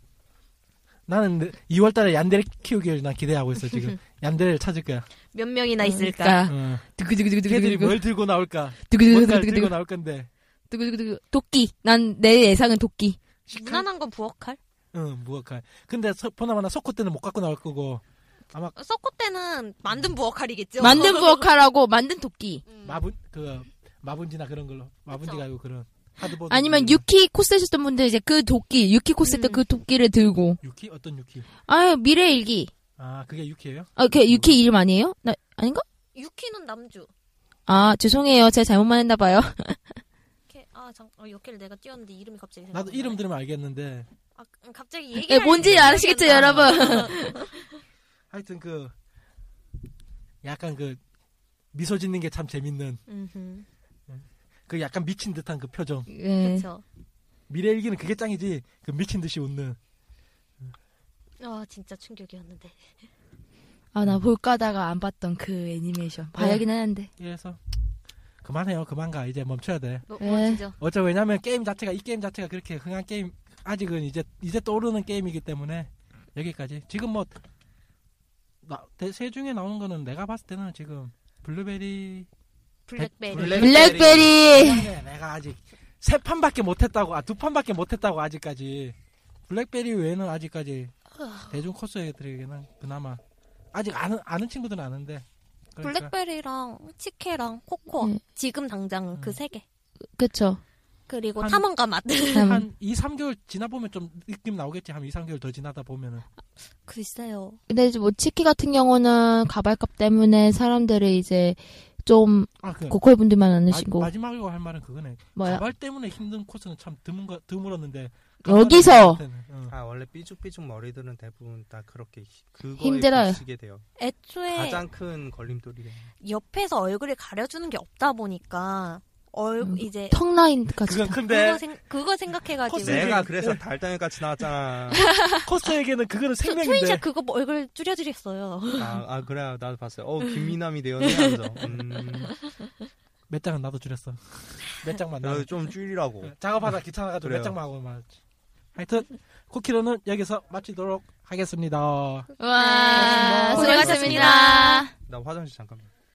Speaker 1: 나는 2월달에 얀데레 키우기를 난 기대하고 있어 [laughs] 지금. 얀데레를 찾을 거야.
Speaker 2: 몇 명이나 있을까
Speaker 3: 그러니까
Speaker 1: 응. 아, 걔들이
Speaker 3: 두구두구두구두구두구
Speaker 1: 뭘 들고 나올까? 뭔가를 들고
Speaker 3: 두구두구두구두구
Speaker 1: 나올 건데.
Speaker 3: 두구두구두구 도끼. 난 내 예상은 도끼.
Speaker 2: 무난한 건 부엌칼
Speaker 1: 응, 무어칼. 근데 서- 보나마나 석고 때는 못 갖고 나올 거고
Speaker 2: 석고 때는 만든 부엌칼이겠죠
Speaker 3: 만든 부엌칼하고 만든 도끼.
Speaker 2: 음.
Speaker 1: 마분 그 마분지나 그런 걸로 마분지 가지고 그런 하드보드
Speaker 3: 아니면
Speaker 1: 유
Speaker 3: 유키 코스 하셨던 분들 이제 그 도끼, 유키 코스 때 그 도끼를 들고.
Speaker 1: 유키 어떤 유키?
Speaker 3: 아, 미래 일기.
Speaker 1: 아 그게 유키예요?
Speaker 3: 아, 그 유키 이름 아니에요? 나 아닌가?
Speaker 2: 유키는 남주
Speaker 3: 아, 죄송해요. 제가 잘못만 했나 봐요.
Speaker 2: 이렇게 아잠 어, 여기를 내가 띄웠는데 이름이 갑자기 생각
Speaker 1: 나도 이름 들으면 알겠는데
Speaker 2: 아, 음, 갑자기 얘기
Speaker 3: 예, 뭔지 아시겠죠, 여러분?
Speaker 1: 하여튼 그 약간 그 미소 짓는 게 참 재밌는
Speaker 2: 음.
Speaker 1: 그 약간 미친 듯한 그 표정.
Speaker 3: 예.
Speaker 2: 그렇죠.
Speaker 1: 미래 일기는 그게 짱이지. 그 미친 듯이 웃는.
Speaker 2: 아 진짜 충격이었는데.
Speaker 3: 아, 나 볼까다가 안 봤던 그
Speaker 1: 네.
Speaker 3: 애니메이션. 봐야긴 하는데.
Speaker 1: 그래서 그만해요. 그만가. 이제 멈춰야 돼.
Speaker 2: 뭐,
Speaker 3: 네.
Speaker 2: 멋지죠.
Speaker 1: 어차 왜냐면 게임 자체가 이 게임 자체가 그렇게 흥한 게임 아직은 이제 이제 떠오르는 게임이기 때문에 여기까지. 지금 뭐 나, 대- 세 중에 나오는 거는 내가 봤을 때는 지금 블루베리
Speaker 2: 블랙베리.
Speaker 3: 네,
Speaker 4: 블랙-
Speaker 3: 블랙베리!
Speaker 1: 그래, 내가 아직 세 판밖에 못했다고 아 두 판밖에 못했다고 아직까지 블랙베리 외에는 아직까지 대중 코스들에게는 그나마 아직 아는 아는 친구들은 아는데 그러니까
Speaker 2: 블랙베리랑 치케랑 코코.
Speaker 3: 네.
Speaker 2: 지금 당장
Speaker 1: 음.
Speaker 2: 그 세 개.
Speaker 3: 그쵸.
Speaker 2: 그리고
Speaker 1: 한-
Speaker 2: 탐험가 맛.
Speaker 3: 음,
Speaker 1: 한 2, 3개월 지나 보면 좀 느낌 나오겠지 한 2, 3개월 더 지나다 보면은
Speaker 2: [laughs] 글쎄요.
Speaker 3: 근데 이제 뭐 치키 같은 경우는 가발값 때문에 사람들이 이제 좀
Speaker 1: 아, 그,
Speaker 3: 고퀄 분들만
Speaker 1: 마-
Speaker 3: 안으시고
Speaker 1: 마지막으로 할 말은 그거네
Speaker 3: 뭐야
Speaker 1: 가발 때문에 힘든 코스는 참 드문 거 드물었는데
Speaker 3: 여기서!
Speaker 1: 가발은 그때는, 어.
Speaker 4: 아 원래 삐죽삐죽 머리들은 대부분 다 그렇게 히- 그거에
Speaker 3: 힘들어요. 네.
Speaker 4: 부치게 돼요.
Speaker 2: 애초에
Speaker 4: 가장 큰 걸림돌이래요.
Speaker 2: 옆에서 얼굴을 가려주는 게 없다 보니까 얼
Speaker 3: 음.
Speaker 2: 이제
Speaker 3: 턱 라인까지
Speaker 1: 그건
Speaker 3: 다.
Speaker 2: 그거,
Speaker 3: [laughs]
Speaker 1: 근데
Speaker 2: 생, 그거
Speaker 3: 네.
Speaker 2: 생각해가지고
Speaker 1: 네. 코스-
Speaker 4: 내가 그래서 달덩이 같이 나왔잖아.
Speaker 1: 코스에게는 그거는
Speaker 2: 트-
Speaker 1: 생명인데
Speaker 2: 트윈샷 그거 뭐 얼굴 줄여드렸어요.
Speaker 4: 아, 아, 그래요. 나도 봤어요. 어 김미남이 되었네 하면서. 음,
Speaker 1: 몇 장은 나도 줄였어 몇 장만 나도 어,
Speaker 4: 나도 좀 줄이라고.
Speaker 1: 작업하다 귀찮아가지고
Speaker 4: 아, 그래요.
Speaker 1: 몇장 하고 막. 하여튼 쿠키로는 여기서 마치도록 하겠습니다.
Speaker 3: 와,
Speaker 1: 수고하셨습니다.
Speaker 3: 아,
Speaker 2: [laughs]
Speaker 3: 수고하셨습니다.
Speaker 4: 나 화장실 잠깐만.